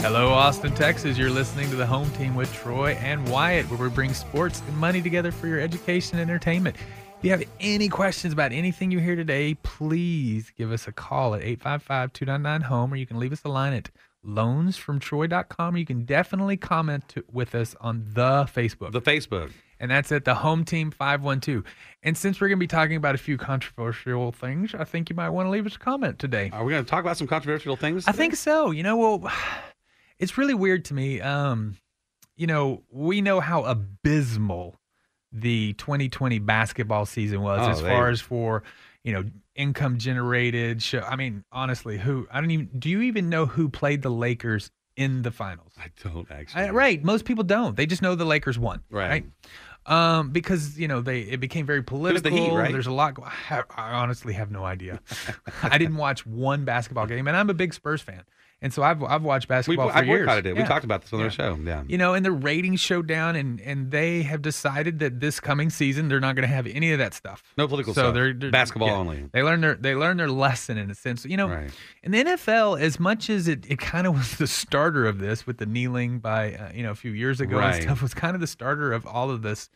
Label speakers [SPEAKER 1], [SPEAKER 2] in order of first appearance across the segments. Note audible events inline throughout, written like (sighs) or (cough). [SPEAKER 1] Hello, Austin, Texas. You're listening to the home team with Troy and Wyatt, where we bring sports and money together for your education and entertainment. If you have any questions about anything you hear today, please give us a call at 855 299 home, E, or you can leave us a line at loansfromtroy.com, or you can definitely comment to, with us on the Facebook.
[SPEAKER 2] The Facebook.
[SPEAKER 1] and that's at the home team 512. And since we're going to be talking about a few controversial things, I think you might want to leave us a comment today.
[SPEAKER 2] Are we going to talk about some controversial things?
[SPEAKER 1] I think so. You know, well, (sighs) it's really weird to me. Um, you know, we know how abysmal the 2020 basketball season was
[SPEAKER 2] Oh,
[SPEAKER 1] as
[SPEAKER 2] they-
[SPEAKER 1] far as for you know income generated. Show. I mean, honestly, who I don't even. Do you even know who played the Lakers in the finals?
[SPEAKER 2] I don't actually.
[SPEAKER 1] I, right. Most people don't. They just know the Lakers won.
[SPEAKER 2] Right.
[SPEAKER 1] right? Um, because you know they it became very
[SPEAKER 2] was
[SPEAKER 1] political.
[SPEAKER 2] the Heat, right?
[SPEAKER 1] There's a lot. go- I, ha- I honestly have no idea. (laughs) I didn't watch one basketball game, and I'm a big Spurs fan, and so I've I've watched
[SPEAKER 2] We,
[SPEAKER 1] basketball for
[SPEAKER 2] I
[SPEAKER 1] years.
[SPEAKER 2] boycotted it.
[SPEAKER 1] Yeah.
[SPEAKER 2] We talked about this on
[SPEAKER 1] Yeah.
[SPEAKER 2] our show. Yeah.
[SPEAKER 1] You know, and the ratings showed down, and and they have decided that this coming season they're not going to have any of that stuff.
[SPEAKER 2] No political
[SPEAKER 1] so
[SPEAKER 2] stuff.
[SPEAKER 1] They're, they're-
[SPEAKER 2] Basketball
[SPEAKER 1] yeah.
[SPEAKER 2] only.
[SPEAKER 1] They learned their they learned their lesson in a sense. You know,
[SPEAKER 2] Right.
[SPEAKER 1] in the NFL, as much as it, it kind of (laughs) was the starter of this with the kneeling by uh, you know a few years ago
[SPEAKER 2] Right.
[SPEAKER 1] and stuff was kind of the starter of all of this.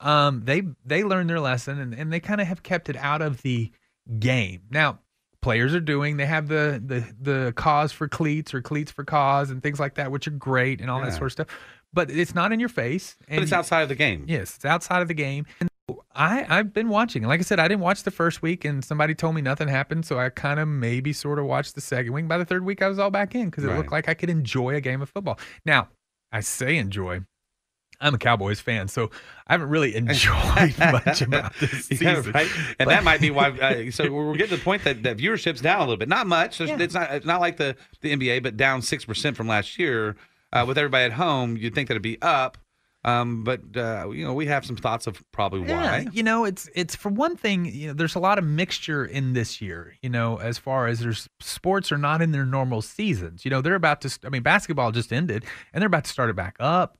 [SPEAKER 1] Um, they they learned their lesson and, and they kind of have kept it out of the game. Now players are doing they have the the the cause for cleats or cleats for cause and things like that, which are great and all that
[SPEAKER 2] Yeah.
[SPEAKER 1] sort of stuff. But it's not in your face. And
[SPEAKER 2] But it's outside of the game. (laughs)
[SPEAKER 1] Yes, it's outside of the game. And I I've been watching. Like I said, I didn't watch the first week, and somebody told me nothing happened, so I kind of maybe sort of watched the second week. By the third week, I was all back in because it
[SPEAKER 2] Right.
[SPEAKER 1] looked like I could enjoy a game of football. Now I say enjoy. I'm a Cowboys fan, so I haven't
[SPEAKER 2] (laughs)
[SPEAKER 1] really enjoyed much about this
[SPEAKER 2] Yeah,
[SPEAKER 1] season. (laughs)
[SPEAKER 2] right? And
[SPEAKER 1] But-
[SPEAKER 2] that might be why. Uh, so we're getting to the point that, that viewership's down a little bit. Not much. There's-
[SPEAKER 1] Yeah.
[SPEAKER 2] It's not. It's not like the the NBA, but down six percent from last year. Uh, with everybody at home, you'd think that'd be up. Um, but uh, you know, we have some thoughts of probably why.
[SPEAKER 1] Yeah, you know, it's it's for one thing, you know, there's a lot of mixture in this year, you know, as far as there's sports are not in their normal seasons. You know, they're about to st- I mean, basketball just ended and they're about to start it back up.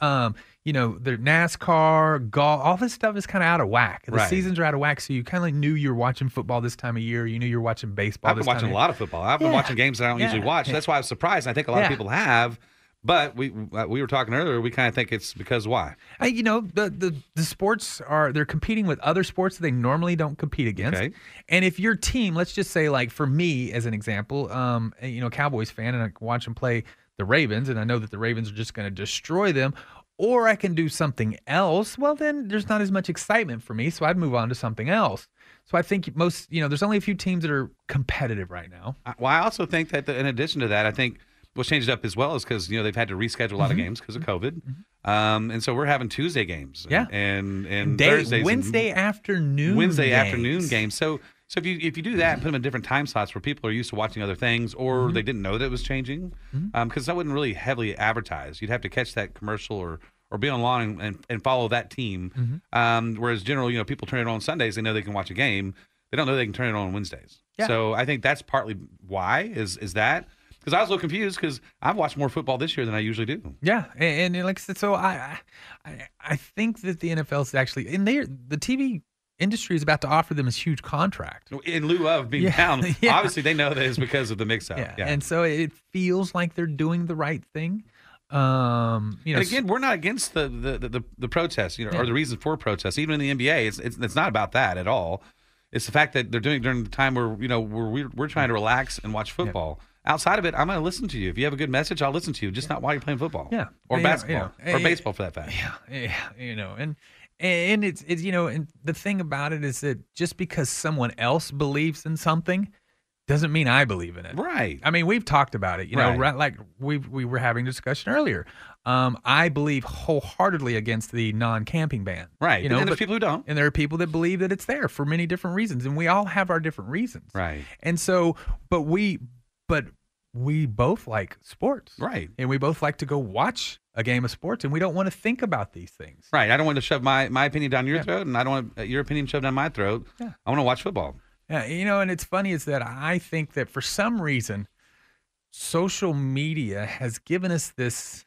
[SPEAKER 1] Um, you know, their NASCAR, golf, all this stuff is kind of out of whack. The
[SPEAKER 2] Right.
[SPEAKER 1] seasons are out of whack, so you kind of knew you were watching football this time of year. You knew you were watching baseball.
[SPEAKER 2] I've been
[SPEAKER 1] this time
[SPEAKER 2] watching
[SPEAKER 1] of
[SPEAKER 2] a
[SPEAKER 1] year.
[SPEAKER 2] lot of football. I've been
[SPEAKER 1] Yeah.
[SPEAKER 2] watching games that I don't usually
[SPEAKER 1] Yeah.
[SPEAKER 2] watch. That's why I was surprised. and I think a lot of
[SPEAKER 1] Yeah.
[SPEAKER 2] people have. But we uh, we were talking earlier. We kind of think it's because why?
[SPEAKER 1] I, you know the, the the sports are they're competing with other sports that they normally don't compete against.
[SPEAKER 2] Okay.
[SPEAKER 1] And if your team, let's just say like for me as an example, um, and, you know Cowboys fan, and I can watch them play the Ravens, and I know that the Ravens are just going to destroy them. Or I can do something else. Well, then there's not as much excitement for me, so I'd move on to something else. So I think most, you know, there's only a few teams that are competitive right now.
[SPEAKER 2] I- Uh, Well, I also think that the, in addition to that, I think what's changed up as well is because you know they've had to reschedule a lot
[SPEAKER 1] Mm-hmm.
[SPEAKER 2] of games because of COVID, um, and so we're having Tuesday games,
[SPEAKER 1] Yeah.
[SPEAKER 2] and and, and
[SPEAKER 1] Day,
[SPEAKER 2] Mm, Thursdays and
[SPEAKER 1] Wednesday afternoon,
[SPEAKER 2] Wednesday
[SPEAKER 1] games.
[SPEAKER 2] afternoon games. So so if you if you do that and put them in different time slots where people are used to watching other things or
[SPEAKER 1] Mm-hmm.
[SPEAKER 2] they didn't know that it was changing, because that wouldn't really heavily advertise. You'd have to catch that commercial or or be online and, and follow that team.
[SPEAKER 1] Mm-hmm.
[SPEAKER 2] Um, whereas general, you know, people turn it on Sundays. They know they can watch a game. They don't know they can turn it on Wednesdays.
[SPEAKER 1] Yeah.
[SPEAKER 2] So I think that's partly why is is that because I was a little confused because I've watched more football this year than I usually do.
[SPEAKER 1] Yeah, and, and like I said, so I, I, I think that the NFL is actually, and they the TV industry is about to offer them this huge contract.
[SPEAKER 2] In lieu of being
[SPEAKER 1] Yeah.
[SPEAKER 2] down,
[SPEAKER 1] (laughs) Yeah.
[SPEAKER 2] obviously they know that it's because of the mix-up.
[SPEAKER 1] yeah. and so it feels like they're doing the right thing. Um, you know,
[SPEAKER 2] and again, we're not against the the the, the, the protests, you know,
[SPEAKER 1] Yeah.
[SPEAKER 2] or the reason for protests. Even in the NBA, it's, it's it's not about that at all. It's the fact that they're doing it during the time where you know where we're, we're trying to relax and watch football. Outside of it, I'm going to listen to you. If you have a good message, I'll listen to you. Just not while you're playing football.
[SPEAKER 1] Yeah.
[SPEAKER 2] or
[SPEAKER 1] Yeah,
[SPEAKER 2] basketball,
[SPEAKER 1] yeah.
[SPEAKER 2] or
[SPEAKER 1] Eh,
[SPEAKER 2] baseball for that fact.
[SPEAKER 1] yeah, (laughs) yeah, you know, and and it's it's you know, and the thing about it is that just because someone else believes in something doesn't mean I believe in it.
[SPEAKER 2] Right.
[SPEAKER 1] I mean, we've talked about it, you know,
[SPEAKER 2] Right.
[SPEAKER 1] right, like we we were having a discussion earlier. Um, I believe wholeheartedly against the non-camping ban.
[SPEAKER 2] Right.
[SPEAKER 1] You know,
[SPEAKER 2] and there's
[SPEAKER 1] but-
[SPEAKER 2] people who don't.
[SPEAKER 1] and there are people that believe that it's there for many different reasons, and we all have our different reasons.
[SPEAKER 2] Right.
[SPEAKER 1] And so, but we, but we both like sports,
[SPEAKER 2] Right.
[SPEAKER 1] And we both like to go watch a game of sports, and we don't want to think about these things.
[SPEAKER 2] Right. I don't want to shove my, my opinion down your
[SPEAKER 1] Yeah.
[SPEAKER 2] throat, and I don't want uh, your opinion shoved down my throat.
[SPEAKER 1] Yeah.
[SPEAKER 2] I want to watch football.
[SPEAKER 1] Yeah, you know, and it's funny is that I think that for some reason, social media has given us this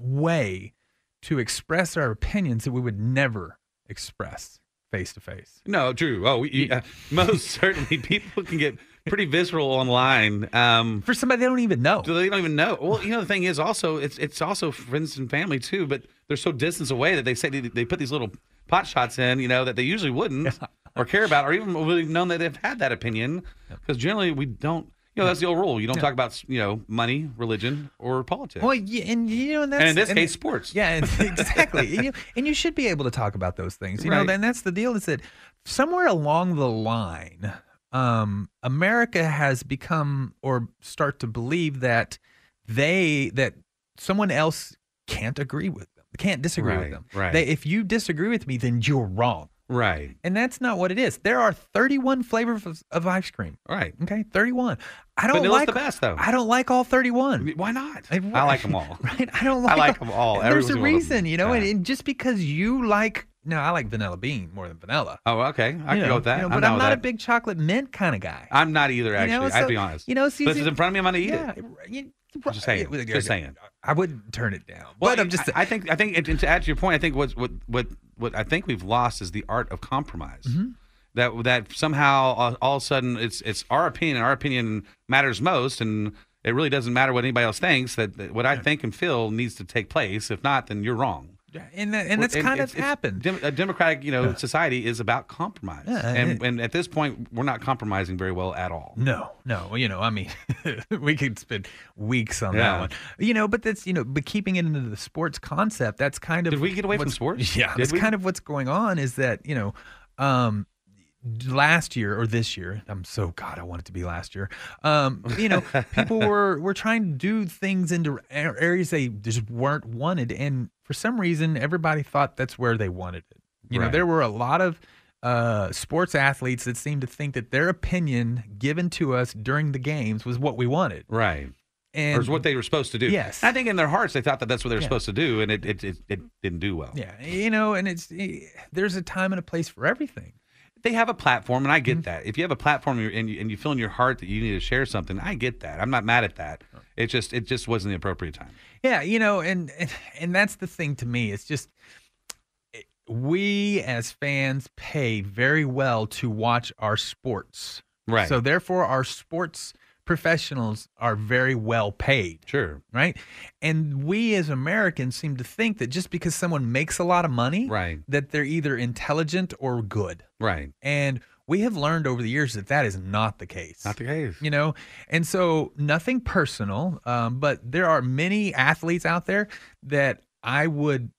[SPEAKER 1] way to express our opinions that we would never express face to face.
[SPEAKER 2] (laughs) No, Drew. Oh, you, uh, most certainly, people can get pretty visceral online. Um,
[SPEAKER 1] for somebody they don't even know.
[SPEAKER 2] so they don't even know. Well, you know the thing is also it's it's also friends and family too, but they're so distance away that they say they, they put these little pot shots in, you know, that they usually wouldn't or care about, or even would have known that they've had that opinion because generally we don't. You know, that's the old rule. You don't talk about you know money, religion, or politics.
[SPEAKER 1] Well, yeah, and you know, and that's
[SPEAKER 2] and in this case, sports.
[SPEAKER 1] (laughs) Yeah, and- exactly. and, you, and you should be able to talk about those things. You
[SPEAKER 2] Right.
[SPEAKER 1] know, and that's the deal is that somewhere along the line, um, America has become or start to believe that they that someone else can't agree with them, can't disagree
[SPEAKER 2] Right,
[SPEAKER 1] with them.
[SPEAKER 2] right.
[SPEAKER 1] They, if you disagree with me, then you're wrong.
[SPEAKER 2] Right.
[SPEAKER 1] And that's not what it is. There are 31 flavors of, of ice cream.
[SPEAKER 2] Right.
[SPEAKER 1] Okay, 31. I don't
[SPEAKER 2] Vanilla's
[SPEAKER 1] like
[SPEAKER 2] the best, though.
[SPEAKER 1] I don't like all 31.
[SPEAKER 2] I mean, Why not? I,
[SPEAKER 1] I- (laughs)
[SPEAKER 2] like them all.
[SPEAKER 1] Right? I don't
[SPEAKER 2] I
[SPEAKER 1] like.
[SPEAKER 2] like 'em all. Every
[SPEAKER 1] There's a
[SPEAKER 2] single one of 'em.
[SPEAKER 1] reason, you know, and,
[SPEAKER 2] Yeah.
[SPEAKER 1] and just because you like, no, I like vanilla bean more than vanilla.
[SPEAKER 2] Oh, okay. I
[SPEAKER 1] you
[SPEAKER 2] can
[SPEAKER 1] know,
[SPEAKER 2] go with that.
[SPEAKER 1] you know,
[SPEAKER 2] I'm
[SPEAKER 1] but
[SPEAKER 2] down
[SPEAKER 1] I'm
[SPEAKER 2] with
[SPEAKER 1] not a
[SPEAKER 2] that.
[SPEAKER 1] big chocolate mint kind of guy.
[SPEAKER 2] I'm not either.
[SPEAKER 1] You
[SPEAKER 2] Actually,
[SPEAKER 1] know,
[SPEAKER 2] I'd
[SPEAKER 1] so-
[SPEAKER 2] be honest.
[SPEAKER 1] you know, so
[SPEAKER 2] but if
[SPEAKER 1] you-
[SPEAKER 2] it's in front of me, I'm gonna eat
[SPEAKER 1] yeah,
[SPEAKER 2] it.
[SPEAKER 1] you-
[SPEAKER 2] I'm just saying.
[SPEAKER 1] right,
[SPEAKER 2] Just saying.
[SPEAKER 1] I wouldn't turn it down,
[SPEAKER 2] Well,
[SPEAKER 1] but I'm just.
[SPEAKER 2] I, I think. I think. And and to add to your point, I think what's what what what I think we've lost is the art of compromise.
[SPEAKER 1] Mm-hmm.
[SPEAKER 2] That that somehow all, all of a sudden it's it's our opinion. and Our opinion matters most, and it really doesn't matter what anybody else thinks. That, that what I think and feel needs to take place. If not, then you're wrong.
[SPEAKER 1] and that, and that's
[SPEAKER 2] And
[SPEAKER 1] kind
[SPEAKER 2] it's-
[SPEAKER 1] of
[SPEAKER 2] it's-
[SPEAKER 1] happened.
[SPEAKER 2] dem- a democratic, you know, society is about compromise,
[SPEAKER 1] Yeah,
[SPEAKER 2] and
[SPEAKER 1] it-
[SPEAKER 2] and at this point, we're not compromising very well at all.
[SPEAKER 1] No, no. Well, you know, I mean, (laughs) we could spend weeks on
[SPEAKER 2] Yeah.
[SPEAKER 1] that one. You know, but that's you know, but keeping it into the sports concept, that's kind of
[SPEAKER 2] Did we get away from
[SPEAKER 1] what's- (laughs)
[SPEAKER 2] sports?
[SPEAKER 1] Yeah,
[SPEAKER 2] Did
[SPEAKER 1] that's
[SPEAKER 2] we?
[SPEAKER 1] kind of what's going on. Is that you know, um, last year or this year? I'm so God, I want it to be last year. Um, you know,
[SPEAKER 2] (laughs)
[SPEAKER 1] people were were trying to do things into a- areas they just weren't wanted, and for some reason, everybody thought that's where they wanted it. You
[SPEAKER 2] Right.
[SPEAKER 1] know, there were a lot of uh, sports athletes that seemed to think that their opinion given to us during the games was what we wanted,
[SPEAKER 2] Right.
[SPEAKER 1] and
[SPEAKER 2] Or is what they were supposed to do.
[SPEAKER 1] Yes.
[SPEAKER 2] I think in their hearts they thought that that's what they were
[SPEAKER 1] Yeah.
[SPEAKER 2] supposed to do, and it it, it, it didn't do well.
[SPEAKER 1] yeah, you know, and it's eh, there's a time and a place for everything.
[SPEAKER 2] They have a platform, and I
[SPEAKER 1] Mm-hmm.
[SPEAKER 2] get that. If you have a platform and you- and you, and you feel in your heart that you need to share something, I get that. I'm not mad at that. It just it just wasn't the appropriate time.
[SPEAKER 1] Yeah, you know, and and- and that's the thing to me. It's just it- we as fans pay very well to watch our sports.
[SPEAKER 2] Right.
[SPEAKER 1] So therefore our sports professionals are very well paid,
[SPEAKER 2] Sure.
[SPEAKER 1] right? And we as Americans seem to think that just because someone makes a lot of money
[SPEAKER 2] Right.
[SPEAKER 1] that they're either intelligent or good.
[SPEAKER 2] Right.
[SPEAKER 1] And we have learned over the years that that is not the case
[SPEAKER 2] Not the case.
[SPEAKER 1] you know and so nothing personal um, but there are many athletes out there that i would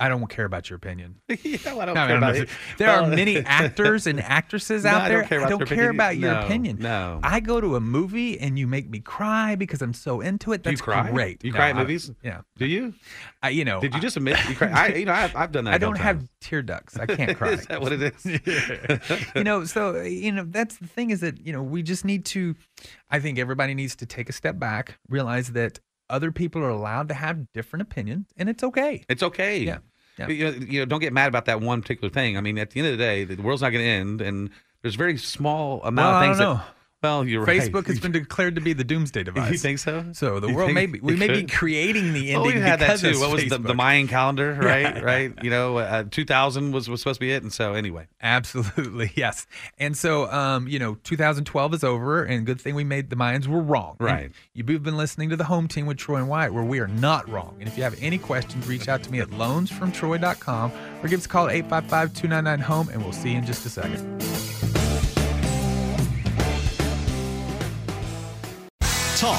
[SPEAKER 1] i don't care about your opinion
[SPEAKER 2] (laughs) yeah, well, I don't
[SPEAKER 1] I
[SPEAKER 2] care
[SPEAKER 1] mean,
[SPEAKER 2] about
[SPEAKER 1] I don't
[SPEAKER 2] it.
[SPEAKER 1] know. there are
[SPEAKER 2] Well- (laughs)
[SPEAKER 1] many actors and actresses
[SPEAKER 2] Oh. No,
[SPEAKER 1] out
[SPEAKER 2] I
[SPEAKER 1] there
[SPEAKER 2] don't care
[SPEAKER 1] i
[SPEAKER 2] about
[SPEAKER 1] don't
[SPEAKER 2] their
[SPEAKER 1] care
[SPEAKER 2] opinion.
[SPEAKER 1] about your
[SPEAKER 2] No,
[SPEAKER 1] opinion
[SPEAKER 2] no.
[SPEAKER 1] i go to a movie and you make me cry because i'm so into it
[SPEAKER 2] Do you
[SPEAKER 1] that's
[SPEAKER 2] cry?
[SPEAKER 1] great
[SPEAKER 2] You
[SPEAKER 1] No,
[SPEAKER 2] cry at
[SPEAKER 1] I-
[SPEAKER 2] movies?
[SPEAKER 1] yeah
[SPEAKER 2] Do you?
[SPEAKER 1] I, you know
[SPEAKER 2] Did
[SPEAKER 1] I-
[SPEAKER 2] you just admit
[SPEAKER 1] (laughs)
[SPEAKER 2] you cry? I you know I've, I've done that.
[SPEAKER 1] I
[SPEAKER 2] a couple
[SPEAKER 1] don't have
[SPEAKER 2] times.
[SPEAKER 1] tear ducts. I
[SPEAKER 2] (laughs)
[SPEAKER 1] can't cry.
[SPEAKER 2] is that what it
[SPEAKER 1] (laughs)
[SPEAKER 2] is?
[SPEAKER 1] you
[SPEAKER 2] (laughs)
[SPEAKER 1] know, so you know that's the thing is that you know we just need to. I think everybody needs to take a step back, realize that other people are allowed to have different opinions, and it's okay.
[SPEAKER 2] It's okay.
[SPEAKER 1] Yeah, yeah.
[SPEAKER 2] You, know, you know, don't get mad about that one particular thing. I mean, at the end of the day, the world's not going to end, and there's very small amount
[SPEAKER 1] Well,
[SPEAKER 2] of
[SPEAKER 1] I
[SPEAKER 2] things.
[SPEAKER 1] don't know.
[SPEAKER 2] That, well, you're right.
[SPEAKER 1] Facebook has been declared to be the doomsday device.
[SPEAKER 2] (laughs) You think so?
[SPEAKER 1] So the
[SPEAKER 2] You
[SPEAKER 1] world
[SPEAKER 2] think
[SPEAKER 1] may be we
[SPEAKER 2] it
[SPEAKER 1] may be
[SPEAKER 2] could?
[SPEAKER 1] creating the
[SPEAKER 2] Well,
[SPEAKER 1] ending
[SPEAKER 2] Oh, we had that
[SPEAKER 1] because
[SPEAKER 2] too.
[SPEAKER 1] of
[SPEAKER 2] What was the, the
[SPEAKER 1] Facebook. (laughs)
[SPEAKER 2] Mayan calendar, right? Right. You know, uh, 2000 was was supposed to be it, and so anyway.
[SPEAKER 1] Absolutely, (laughs) yes. And so, um, you know, 2012 is over, and good thing we made the Mayans were wrong. And
[SPEAKER 2] Right.
[SPEAKER 1] you've been listening to the home team with Troy and Wyatt, where we are not wrong. And if you have any questions, reach out to me at loansfromtroy.com or give us a call at 855 299 home, and we'll see you in just a second.
[SPEAKER 3] Talk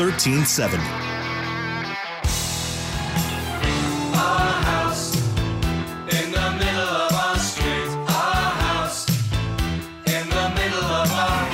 [SPEAKER 3] 1370.
[SPEAKER 4] In the middle of our street, our house. In the middle of our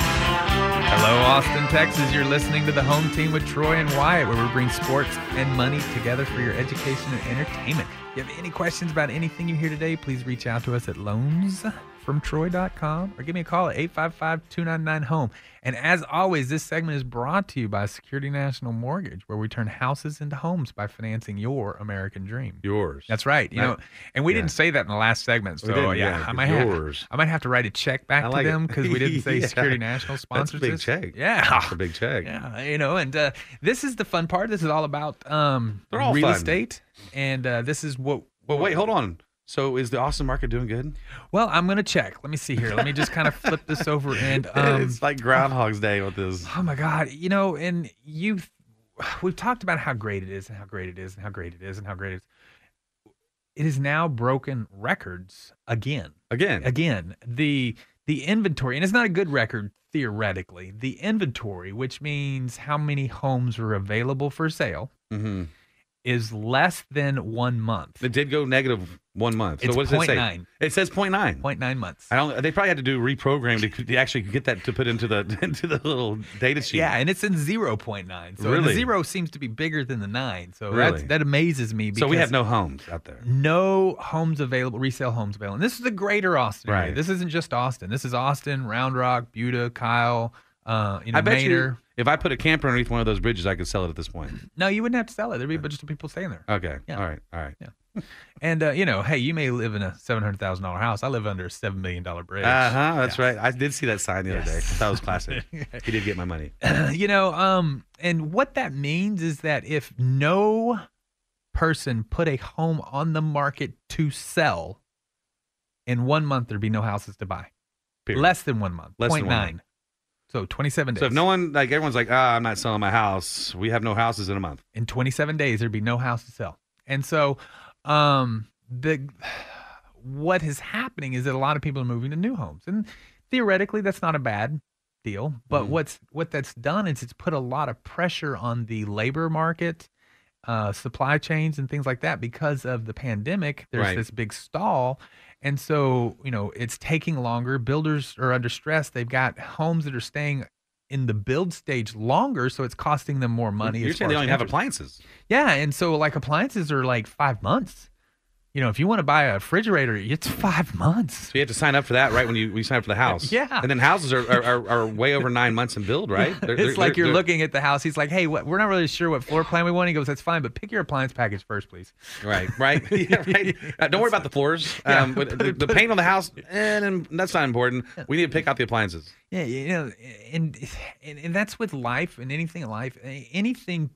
[SPEAKER 1] Hello, Austin, Texas. You're listening to the home team with Troy and Wyatt, where we bring sports and money together for your education and entertainment. If you have any questions about anything you hear today, please reach out to us at loansfromtroy.com or give me a call at 855 299 home. E. And as always, this segment is brought to you by Security National Mortgage, where we turn houses into homes by financing your American dream.
[SPEAKER 2] Yours.
[SPEAKER 1] That's right. You
[SPEAKER 2] That-
[SPEAKER 1] know, and we
[SPEAKER 2] yeah.
[SPEAKER 1] didn't say that in the last segment. So
[SPEAKER 2] didn't,
[SPEAKER 1] yeah,
[SPEAKER 2] yeah,
[SPEAKER 1] I
[SPEAKER 2] 'cause
[SPEAKER 1] might have
[SPEAKER 2] yours-
[SPEAKER 1] I might have to write a check back
[SPEAKER 2] I like it.
[SPEAKER 1] to them because we
[SPEAKER 2] (laughs)
[SPEAKER 1] didn't say
[SPEAKER 2] Yeah.
[SPEAKER 1] Security National
[SPEAKER 2] That's a
[SPEAKER 1] sponsors
[SPEAKER 2] big
[SPEAKER 1] this.
[SPEAKER 2] check.
[SPEAKER 1] Yeah.
[SPEAKER 2] (laughs) That's a big check.
[SPEAKER 1] (laughs) Yeah, you know, and uh, this is the fun part. This is all about um,
[SPEAKER 2] They're all
[SPEAKER 1] real
[SPEAKER 2] fun.
[SPEAKER 1] estate, and uh, this is what.
[SPEAKER 2] Well, wait, hold on. So is the Austin market doing good?
[SPEAKER 1] Well, I'm gonna check. Let me see here. Let me just kind of flip this over and (laughs) um,
[SPEAKER 2] (laughs) it's like Groundhog's Day with this.
[SPEAKER 1] Oh my God. You know, and you (sighs) we've talked about how great it is and how great it is and how great it is and how great it is. It has now broken records again.
[SPEAKER 2] Again,
[SPEAKER 1] Again. The the inventory, and it's not a good record theoretically, the inventory, which means how many homes are available for sale,
[SPEAKER 2] hmm
[SPEAKER 1] is less than one month.
[SPEAKER 2] it did go negative one month. So
[SPEAKER 1] It's
[SPEAKER 2] what does it say?
[SPEAKER 1] 0.9.
[SPEAKER 2] It says 0.9.
[SPEAKER 1] 0.9 months.
[SPEAKER 2] I don't. They probably had to do reprogram to, to actually get that to put into the (laughs) into the little data sheet.
[SPEAKER 1] Yeah, and it's in 0.9. So and the
[SPEAKER 2] Really?
[SPEAKER 1] zero seems to be bigger than the nine. So that's,
[SPEAKER 2] Really?
[SPEAKER 1] that amazes me. Because
[SPEAKER 2] So we have no homes out there.
[SPEAKER 1] no homes available, resale homes available. And this is the greater Austin area.
[SPEAKER 2] Right.
[SPEAKER 1] This isn't just Austin. This is Austin, Round Rock, Buda, Kyle, uh, you know,
[SPEAKER 2] I bet
[SPEAKER 1] Maynard.
[SPEAKER 2] you, if I put a camper underneath one of those bridges, I could sell it at this point.
[SPEAKER 1] No, you wouldn't have to sell it. There'd be a bunch of people staying there.
[SPEAKER 2] Okay.
[SPEAKER 1] Yeah.
[SPEAKER 2] All right. All right.
[SPEAKER 1] And uh, you know, hey, you may live in a seven hundred thousand dollar house. I live under a seven million dollar bridge.
[SPEAKER 2] Uh huh. That's right. I did see that sign the other day.
[SPEAKER 1] Yes.
[SPEAKER 2] That was classic. he did get my money.
[SPEAKER 1] (laughs) you know, um, and what that means is that if no person put a home on the market to sell, in one month there'd be no houses to buy.
[SPEAKER 2] Period.
[SPEAKER 1] Less than one month.
[SPEAKER 2] Less than
[SPEAKER 1] 0.9.
[SPEAKER 2] one month.
[SPEAKER 1] So twenty seven days.
[SPEAKER 2] So if no one like everyone's like, ah, I'm not selling my house. We have no houses in a month.
[SPEAKER 1] in 27 days there'd be no house to sell and so um the what is happening is that a lot of people are moving to new homes and theoretically that's not a bad deal but
[SPEAKER 2] Mhm.
[SPEAKER 1] what's what that's done is it's put a lot of pressure on the labor market uh, supply chains and things like that because of the pandemic there's
[SPEAKER 2] Right.
[SPEAKER 1] this big stall and so you know it's taking longer builders are under stress they've got homes that are staying in the build stage longer so it's costing them more money
[SPEAKER 2] You're
[SPEAKER 1] as
[SPEAKER 2] saying
[SPEAKER 1] far
[SPEAKER 2] they
[SPEAKER 1] as
[SPEAKER 2] only have
[SPEAKER 1] interest.
[SPEAKER 2] appliances.
[SPEAKER 1] Yeah, and so like appliances are like five months. You know, if you want to buy a refrigerator, it's five months.
[SPEAKER 2] (laughs) So you have to sign up for that right when you, when
[SPEAKER 1] (laughs)
[SPEAKER 2] you sign up for the house.
[SPEAKER 1] Yeah.
[SPEAKER 2] And then houses are are, are, are way over nine months in build, right? They're-
[SPEAKER 1] it's
[SPEAKER 2] they're-
[SPEAKER 1] like
[SPEAKER 2] they're-
[SPEAKER 1] you're
[SPEAKER 2] they're-
[SPEAKER 1] looking at the house. He's like, "Hey, what, we're not really sure what floor plan we want." He goes, "That's fine, but pick your appliance package first, please."
[SPEAKER 2] Right,
[SPEAKER 1] (laughs)
[SPEAKER 2] right. (laughs) Yeah, right. Uh, don't worry about the floors.
[SPEAKER 1] Yeah,
[SPEAKER 2] Um, but
[SPEAKER 1] put
[SPEAKER 2] the,
[SPEAKER 1] it-
[SPEAKER 2] the
[SPEAKER 1] put
[SPEAKER 2] paint on the house, eh, and that's not important. We need to pick out the appliances.
[SPEAKER 1] Yeah, you know, and and, and that's with life and anything in life. Anything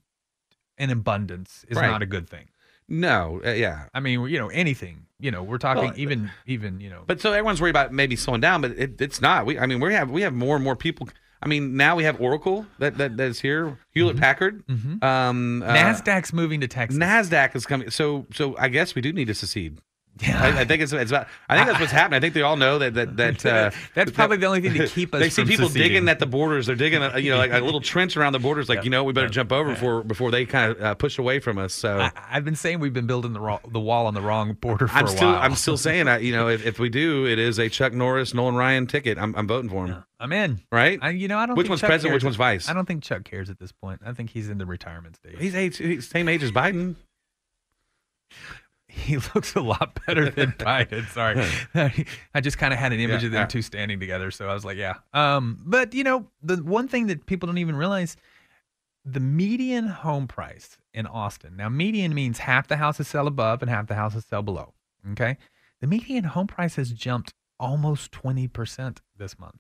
[SPEAKER 1] in abundance is
[SPEAKER 2] Right.
[SPEAKER 1] not a good thing.
[SPEAKER 2] No, uh, yeah.
[SPEAKER 1] I mean, you know, anything. You know, we're talking
[SPEAKER 2] Well, uh,
[SPEAKER 1] even even you know.
[SPEAKER 2] But so everyone's worried about maybe slowing down, but it, it's not. We, I mean, we have we have more and more people. I mean, now we have Oracle that that, that is here, Hewlett Packard,
[SPEAKER 1] Mhm.
[SPEAKER 2] um, uh,
[SPEAKER 1] Nasdaq's moving to Texas.
[SPEAKER 2] Nasdaq is coming. So so I guess we do need to secede.
[SPEAKER 1] (laughs) Yeah.
[SPEAKER 2] I, I think it's, it's about. I think
[SPEAKER 1] (laughs)
[SPEAKER 2] that's what's happening. I think they all know that that that. Uh,
[SPEAKER 1] That's probably the only thing to
[SPEAKER 2] (laughs)
[SPEAKER 1] keep us
[SPEAKER 2] They see
[SPEAKER 1] from
[SPEAKER 2] people
[SPEAKER 1] seceding.
[SPEAKER 2] digging at the borders. They're digging, uh, you know, like a (laughs) little trench around the borders. Like, you know, we better jump over before before they kind of uh, push away from us. So (laughs)
[SPEAKER 1] I, I've been saying we've been building the ro- the wall on the wrong border for
[SPEAKER 2] I'm
[SPEAKER 1] a
[SPEAKER 2] still
[SPEAKER 1] while.
[SPEAKER 2] I'm (laughs) still saying, I, you know, if, if we do, it is a Chuck Norris, Nolan Ryan ticket. I'm, I'm voting for him.
[SPEAKER 1] I'm in.
[SPEAKER 2] Right?
[SPEAKER 1] I, you know, I don't.
[SPEAKER 2] Which
[SPEAKER 1] think
[SPEAKER 2] one's
[SPEAKER 1] Chuck
[SPEAKER 2] president, which
[SPEAKER 1] cares.
[SPEAKER 2] one's vice?
[SPEAKER 1] I don't think Chuck cares at this point. I think he's in the retirement stage.
[SPEAKER 2] He's age, he's same age as Biden.
[SPEAKER 1] (laughs) he looks a lot better
[SPEAKER 2] (laughs)
[SPEAKER 1] than Biden. Sorry, (laughs) I just kind of had an image
[SPEAKER 2] Yeah,
[SPEAKER 1] of them
[SPEAKER 2] yeah.
[SPEAKER 1] two standing together, so I was like, yeah. Um, but you know, the one thing that people don't even realize, the median home price in Austin. Now, median means half the houses sell above and half the houses sell below. Okay, the median home price has jumped almost twenty percent this month.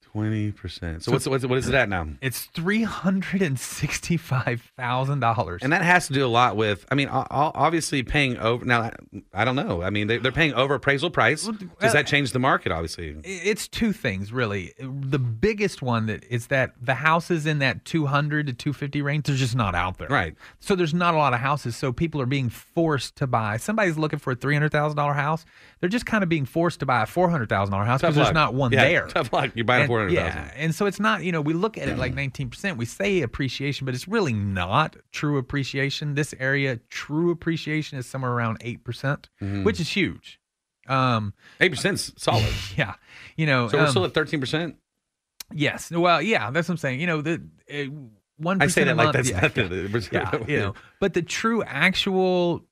[SPEAKER 2] Twenty percent. So what's what's what is it at now?
[SPEAKER 1] It's three hundred and sixty-five thousand dollars.
[SPEAKER 2] And that has to do a lot with. I mean, o- o- obviously paying over. Now, I- I don't know. I mean, they, they're paying over appraisal price. Does that change the market? Obviously.
[SPEAKER 1] it's two things really. The biggest one that is that the houses in that 200 to 250 range they're just not out there.
[SPEAKER 2] Right.
[SPEAKER 1] So there's not a lot of houses. So people are being forced to buy. Somebody's looking for a $300,000 house. They're just kind of being forced to buy a $400,000 house because there's
[SPEAKER 2] luck.
[SPEAKER 1] not one
[SPEAKER 2] Yeah,
[SPEAKER 1] there.
[SPEAKER 2] Tough luck. You're buying
[SPEAKER 1] And-
[SPEAKER 2] four hundred thousand.
[SPEAKER 1] yeah, and so it's not you know we look at it
[SPEAKER 2] (clears throat)
[SPEAKER 1] like 19%. We say appreciation, but it's really not true appreciation. This area true appreciation is somewhere around eight percent,
[SPEAKER 2] Mm.
[SPEAKER 1] which is huge. Um,
[SPEAKER 2] Mm-hmm.
[SPEAKER 1] (laughs)
[SPEAKER 2] Eight percent's solid.
[SPEAKER 1] yeah, you know.
[SPEAKER 2] So we're
[SPEAKER 1] um,
[SPEAKER 2] still at thirteen percent.
[SPEAKER 1] Yes. Well, yeah, that's what I'm saying. You know, the uh, one.
[SPEAKER 2] I say
[SPEAKER 1] a
[SPEAKER 2] that
[SPEAKER 1] month,
[SPEAKER 2] like that's
[SPEAKER 1] yeah,
[SPEAKER 2] nothing. (laughs)
[SPEAKER 1] Yeah, you know, but the true actual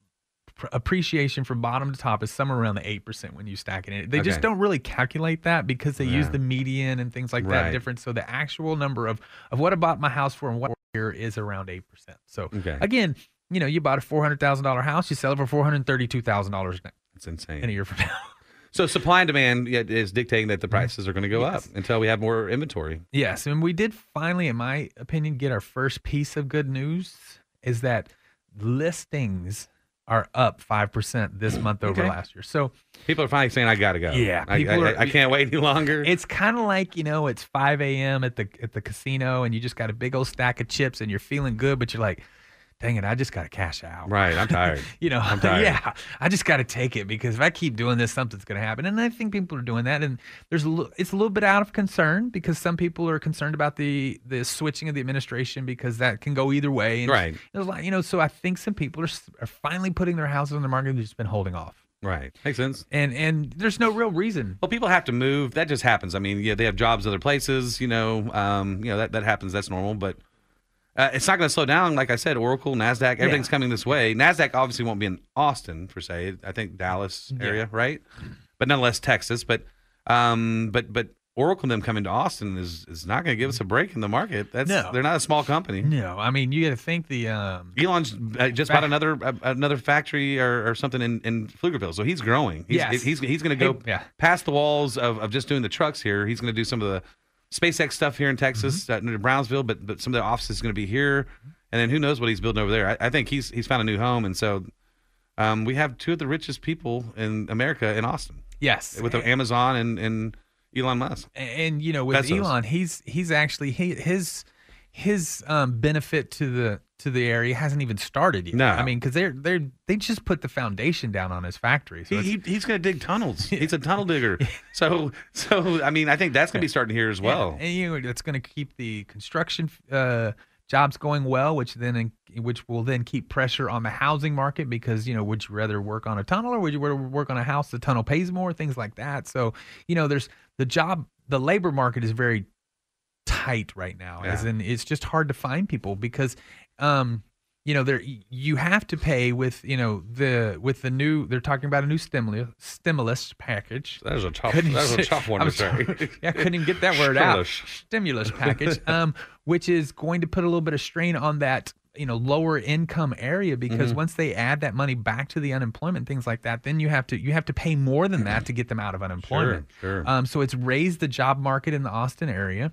[SPEAKER 1] pr- appreciation from bottom to top is somewhere around the eight percent when you stack it in. They just
[SPEAKER 2] Okay.
[SPEAKER 1] don't really calculate that because they use
[SPEAKER 2] Yeah.
[SPEAKER 1] the median and things like that
[SPEAKER 2] Right.
[SPEAKER 1] different. So the actual number of of what I bought my house for and what here is around eight percent. So
[SPEAKER 2] Okay.
[SPEAKER 1] again, you know, you bought a four hundred thousand dollar house, you sell it for four hundred thirty two thousand dollars
[SPEAKER 2] It's
[SPEAKER 1] in a
[SPEAKER 2] insane.
[SPEAKER 1] year from now.
[SPEAKER 2] So supply and demand yeah, is dictating that the
[SPEAKER 1] Mm-hmm.
[SPEAKER 2] prices are going to go up until we have more inventory.
[SPEAKER 1] Yes, and we did finally, in my opinion, get our first piece of good news is that listings are up 5% this month over
[SPEAKER 2] Okay.
[SPEAKER 1] last year. So
[SPEAKER 2] People are finally saying, "I gotta go."
[SPEAKER 1] Yeah,
[SPEAKER 2] I,
[SPEAKER 1] people
[SPEAKER 2] I-
[SPEAKER 1] are-
[SPEAKER 2] I can't wait
[SPEAKER 1] (laughs)
[SPEAKER 2] any longer.
[SPEAKER 1] it's kind of like, you know, it's 5 a.m. at the at the casino and you just got a big old stack of chips and you're feeling good, but you're like, dang it, I just got to cash out.
[SPEAKER 2] right. I'm tired.
[SPEAKER 1] You know, (laughs)
[SPEAKER 2] I'm tired.
[SPEAKER 1] yeah, I just got to take it because if I keep doing this, something's going to happen. And I think people are doing that. And there's a little, it's a little bit out of concern because some people are concerned about the the switching of the administration because that can go either way. And
[SPEAKER 2] Right.
[SPEAKER 1] There's a lot, you know, so I think some people are, s- are finally putting their houses on the market. They've just been holding off.
[SPEAKER 2] Right. Makes sense.
[SPEAKER 1] And and there's no real reason.
[SPEAKER 2] Well, people have to move. That just happens. I mean, yeah, they have jobs other places. You know, um, you know that that happens. That's normal. But uh, it's not going to slow down. Like I said, Oracle, Nasdaq, everything's
[SPEAKER 1] Yeah.
[SPEAKER 2] coming this way. Nasdaq obviously won't be in Austin per se. I think Dallas area, right? But nonetheless, Texas. But um, but but Oracle and them coming to Austin is is not going to give us a break in the market. That's
[SPEAKER 1] No.
[SPEAKER 2] they're not a small company.
[SPEAKER 1] No, I mean, you got to think the um,
[SPEAKER 2] Elon's uh, just bought another uh, another factory or, or something in, in Pflugerville, so he's growing. He's,
[SPEAKER 1] Yes.
[SPEAKER 2] he's, he's going to go
[SPEAKER 1] Hey, yeah.
[SPEAKER 2] past the walls of, of just doing the trucks here. He's going to do some of the SpaceX stuff here in Texas, uh, near Brownsville, but but some of the offices is going to be here, and then who knows what he's building over there. I, I think he's he's found a new home, and so um, we have two of the richest people in America in Austin
[SPEAKER 1] yes
[SPEAKER 2] with Amazon and and Elon Musk.
[SPEAKER 1] and, and, you know with
[SPEAKER 2] Bezos.
[SPEAKER 1] Elon, he's he's actually he, his his um, benefit to the to the area hasn't even started yet.
[SPEAKER 2] No.
[SPEAKER 1] I mean, because they're they're they just put the foundation down on his factory. So
[SPEAKER 2] He,
[SPEAKER 1] it's-
[SPEAKER 2] he, he's going to dig tunnels. (laughs) He's a tunnel digger. So so I mean I think that's going to be starting here as well.
[SPEAKER 1] and you know, that's going to keep the construction uh, jobs going well, which then which will then keep pressure on the housing market because you know would you rather work on a tunnel or would you rather work on a house? The tunnel pays more, things like that. So you know, there's the job, the labor market is very tight right now, as
[SPEAKER 2] Yeah.
[SPEAKER 1] in it's just hard to find people because. Um, you know, there you have to pay with you know the with the new they're talking about a new stimulus stimulus package.
[SPEAKER 2] That was a tough.
[SPEAKER 1] Couldn't
[SPEAKER 2] That was a
[SPEAKER 1] say-
[SPEAKER 2] tough one
[SPEAKER 1] I'm
[SPEAKER 2] to (laughs) say.
[SPEAKER 1] sorry. Yeah, I couldn't even get that word out.
[SPEAKER 2] Stimulus.
[SPEAKER 1] Stimulus
[SPEAKER 2] (laughs)
[SPEAKER 1] package, um, which is going to put a little bit of strain on that you know lower income area
[SPEAKER 2] Mm-hmm.
[SPEAKER 1] because once they add that money back to the unemployment things like that, then you have to you have to pay more than that to get them out of unemployment.
[SPEAKER 2] Mm-hmm. Sure, sure.
[SPEAKER 1] Um, so it's raised the job market in the Austin area.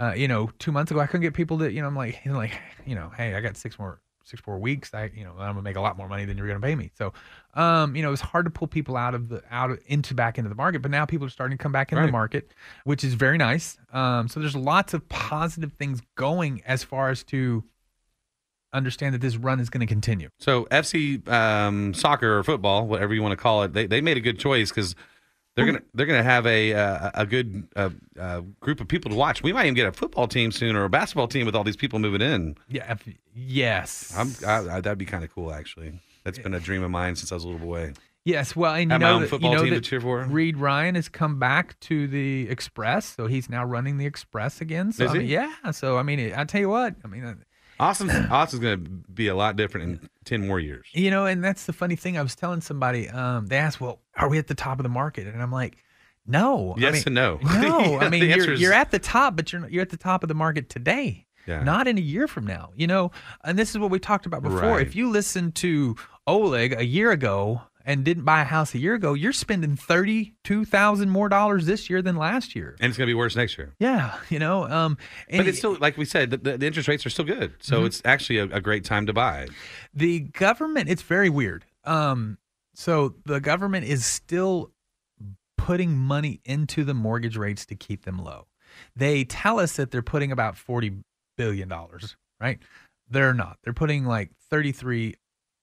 [SPEAKER 1] Uh, you know, two months ago I couldn't get people to you know I'm like (laughs) you know, like you know hey I got six more six more weeks I you know I'm gonna make a lot more money than you're gonna pay me. So um, you know it's hard to pull people out of the out of, into back into the market, but now people are starting to come back into
[SPEAKER 2] Right.
[SPEAKER 1] the market, which is very nice. Um, so there's lots of positive things going as far as to understand that this run is going to continue.
[SPEAKER 2] So FC um, soccer or football, whatever you want to call it, they, they made a good choice because they're gonna they're gonna have a uh, a good uh, uh, group of people to watch. We might even get a football team soon or a basketball team with all these people moving in.
[SPEAKER 1] Yeah. if- yes.
[SPEAKER 2] I'm, I, I, that'd be kind of cool actually. That's been a dream of mine since I was a little boy.
[SPEAKER 1] Yes, well, and you
[SPEAKER 2] Have my
[SPEAKER 1] know,
[SPEAKER 2] own
[SPEAKER 1] that,
[SPEAKER 2] football
[SPEAKER 1] you know
[SPEAKER 2] team to
[SPEAKER 1] that
[SPEAKER 2] cheer for.
[SPEAKER 1] Reed Ryan has come back to the Express, so he's now running the Express again. So
[SPEAKER 2] Is
[SPEAKER 1] I mean,
[SPEAKER 2] he?
[SPEAKER 1] yeah, so I mean, it, I tell you what, I mean, uh, (clears throat)
[SPEAKER 2] Austin's Austin's gonna be a lot different in ten more years.
[SPEAKER 1] you know, and that's the funny thing. I was telling somebody, um, they asked, "Well, are we at the top of the market?" And I'm like, "No." I mean,
[SPEAKER 2] Yes and no.
[SPEAKER 1] (laughs) No,
[SPEAKER 2] Yeah,
[SPEAKER 1] I mean
[SPEAKER 2] (laughs) the
[SPEAKER 1] you're,
[SPEAKER 2] answer is-
[SPEAKER 1] you're at the top, but you're not- you're at the top of the market today,
[SPEAKER 2] Yeah.
[SPEAKER 1] not in a year from now. You know, and this is what we talked about before.
[SPEAKER 2] Right.
[SPEAKER 1] If you listened to Oleg a year ago and didn't buy a house a year ago, you're spending thirty two thousand more dollars this year than last year.
[SPEAKER 2] And it's gonna be worse next year.
[SPEAKER 1] Yeah, you know, um, and Mm-hmm.
[SPEAKER 2] But it's still like we said, the, the, the interest rates are still good, so it's actually a, a great time to buy.
[SPEAKER 1] the government. It's very weird. Um, so the government is still putting money into the mortgage rates to keep them low. They tell us that they're putting about forty billion dollars, right? They're not. They're putting like thirty-three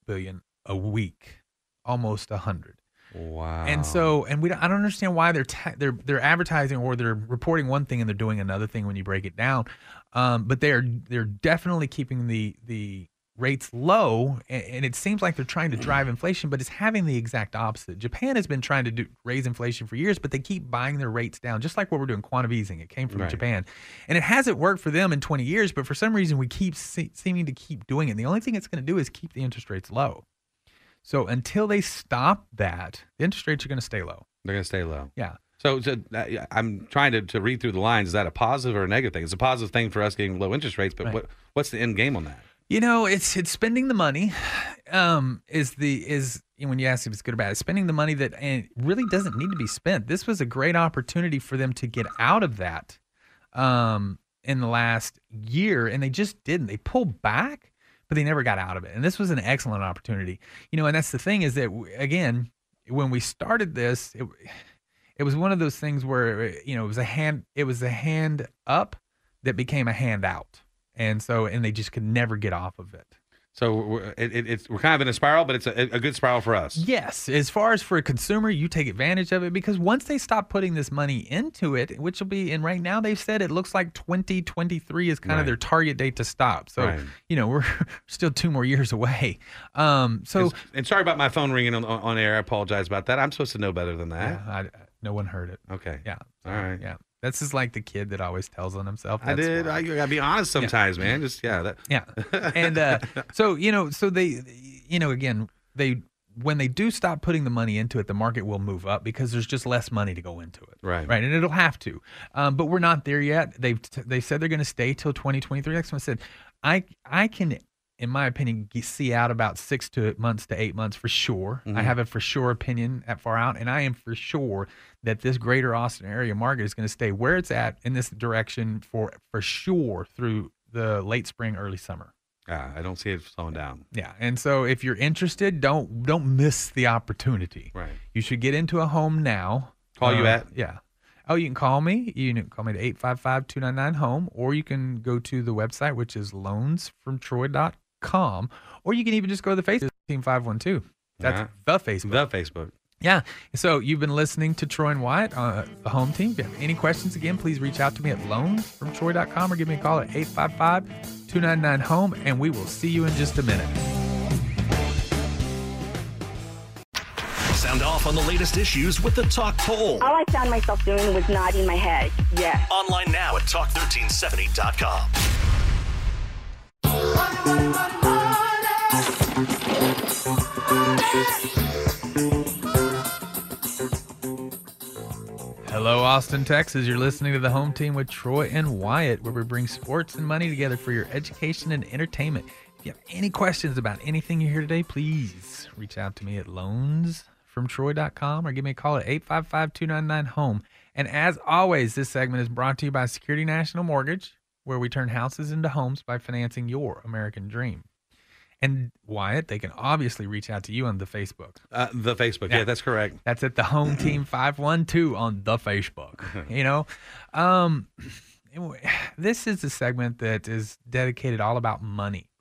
[SPEAKER 1] billion a week, almost a hundred.
[SPEAKER 2] Wow.
[SPEAKER 1] And so, and we don't, I don't understand why they're ta- they're they're advertising or they're reporting one thing and they're doing another thing when you break it down. Um, but they're they're definitely keeping the the rates low, and, and it seems like they're trying to drive inflation, but it's having the exact opposite. Japan has been trying to do, raise inflation for years, but they keep buying their rates down, just like what we're doing quantitative easing. It came from
[SPEAKER 2] Right.
[SPEAKER 1] Japan, and it hasn't worked for them in 20 years, but for some reason we keep se- seeming to keep doing it. And the only thing it's going to do is keep the interest rates low. So until they stop that, the interest rates are going to stay low.
[SPEAKER 2] they're gonna stay low.
[SPEAKER 1] Yeah.
[SPEAKER 2] So, so uh, I'm trying to, to read through the lines. Is that a positive or a negative thing? It's a positive thing for us getting low interest rates, but
[SPEAKER 1] Right.
[SPEAKER 2] what what's the end game on that?
[SPEAKER 1] You know, it's it's spending the money. Um, is the is you know, when you ask if it's good or bad, it's spending the money that and it really doesn't need to be spent. This was a great opportunity for them to get out of that um, in the last year, and they just didn't. They pulled back, but they never got out of it. And this was an excellent opportunity. You know, and that's the thing is that, w- again, when we started this, it, it was one of those things where, you know, it was a hand, it was a hand up that became a hand out. And so, and they just could never get off of it.
[SPEAKER 2] So we're, it, it, it's we're kind of in a spiral, but it's a, a good spiral for us.
[SPEAKER 1] Yes, as far as for a consumer, you take advantage of it because once they stop putting this money into it, which will be, and right now they've said it looks like 2023 is kind
[SPEAKER 2] Right.
[SPEAKER 1] of their target date to stop. So,
[SPEAKER 2] Right.
[SPEAKER 1] you know, (laughs) we're still two more years away. Um, so,
[SPEAKER 2] It's- and sorry about my phone ringing on, on, on air. I apologize about that. I'm supposed to know better than
[SPEAKER 1] yeah,
[SPEAKER 2] that.
[SPEAKER 1] I, no one heard it.
[SPEAKER 2] Okay.
[SPEAKER 1] Yeah.
[SPEAKER 2] All right.
[SPEAKER 1] Yeah. That's just like the kid that always tells on himself.
[SPEAKER 2] I
[SPEAKER 1] That's
[SPEAKER 2] did.
[SPEAKER 1] why.
[SPEAKER 2] I, you gotta be honest
[SPEAKER 1] (laughs)
[SPEAKER 2] sometimes, man. Just yeah. That, (laughs)
[SPEAKER 1] Yeah. And uh, so, you know, so they, you know, again, they, when they do stop putting the money into it, the market will move up because there's just less money to go into it.
[SPEAKER 2] Right.
[SPEAKER 1] Right. And it'll have to. Um, but we're not there yet. They've, t- they said they're going to stay till 2023. Next one said, I, I can, in my opinion, g- see out about six to months to eight months for sure. I have a for sure opinion at far out. And I am for sure that this greater Austin area market is going to stay where it's at in this direction for, for sure through the late spring, early summer.
[SPEAKER 2] Yeah, I don't see it slowing down.
[SPEAKER 1] Yeah, and so if you're interested, don't don't miss the opportunity.
[SPEAKER 2] Right.
[SPEAKER 1] You should get into a home now. Uh,
[SPEAKER 2] Call you at?
[SPEAKER 1] Yeah. Oh, you can call me. You can call me to 855-299-HOME, or you can go to the website, which is loansfromtroy.com, or you can even just go to the Facebook Team 512. That's
[SPEAKER 2] Alright.
[SPEAKER 1] the Facebook.
[SPEAKER 2] The Facebook.
[SPEAKER 1] Yeah. So you've been listening to Troy and Wyatt, uh, the home team. If you have any questions, again, please reach out to me at loansfromtroy.com or give me a call at 855-299-HOME, and we will see you in just a minute.
[SPEAKER 3] Sound off on the latest issues with the Talk Poll.
[SPEAKER 5] All I found myself doing was nodding my head. Yes.
[SPEAKER 3] Online now at talk1370.com.
[SPEAKER 1] Hello, Austin, Texas. You're listening to the home team with Troy and Wyatt, where we bring sports and money together for your education and entertainment. If you have any questions about anything you hear today, please reach out to me at loansfromtroy.com or give me a call at 855 299 home. E. And as always, this segment is brought to you by Security National Mortgage, where we turn houses into homes by financing your American dream. And Wyatt, they can obviously reach out to you on the Facebook.
[SPEAKER 2] Uh, the Facebook. Yeah.
[SPEAKER 1] Yeah.
[SPEAKER 2] that's correct.
[SPEAKER 1] That's at the home
[SPEAKER 2] (clears throat)
[SPEAKER 1] team 512 on the Facebook.
[SPEAKER 2] (laughs)
[SPEAKER 1] You know, um, anyway, this is a segment that is dedicated all about money.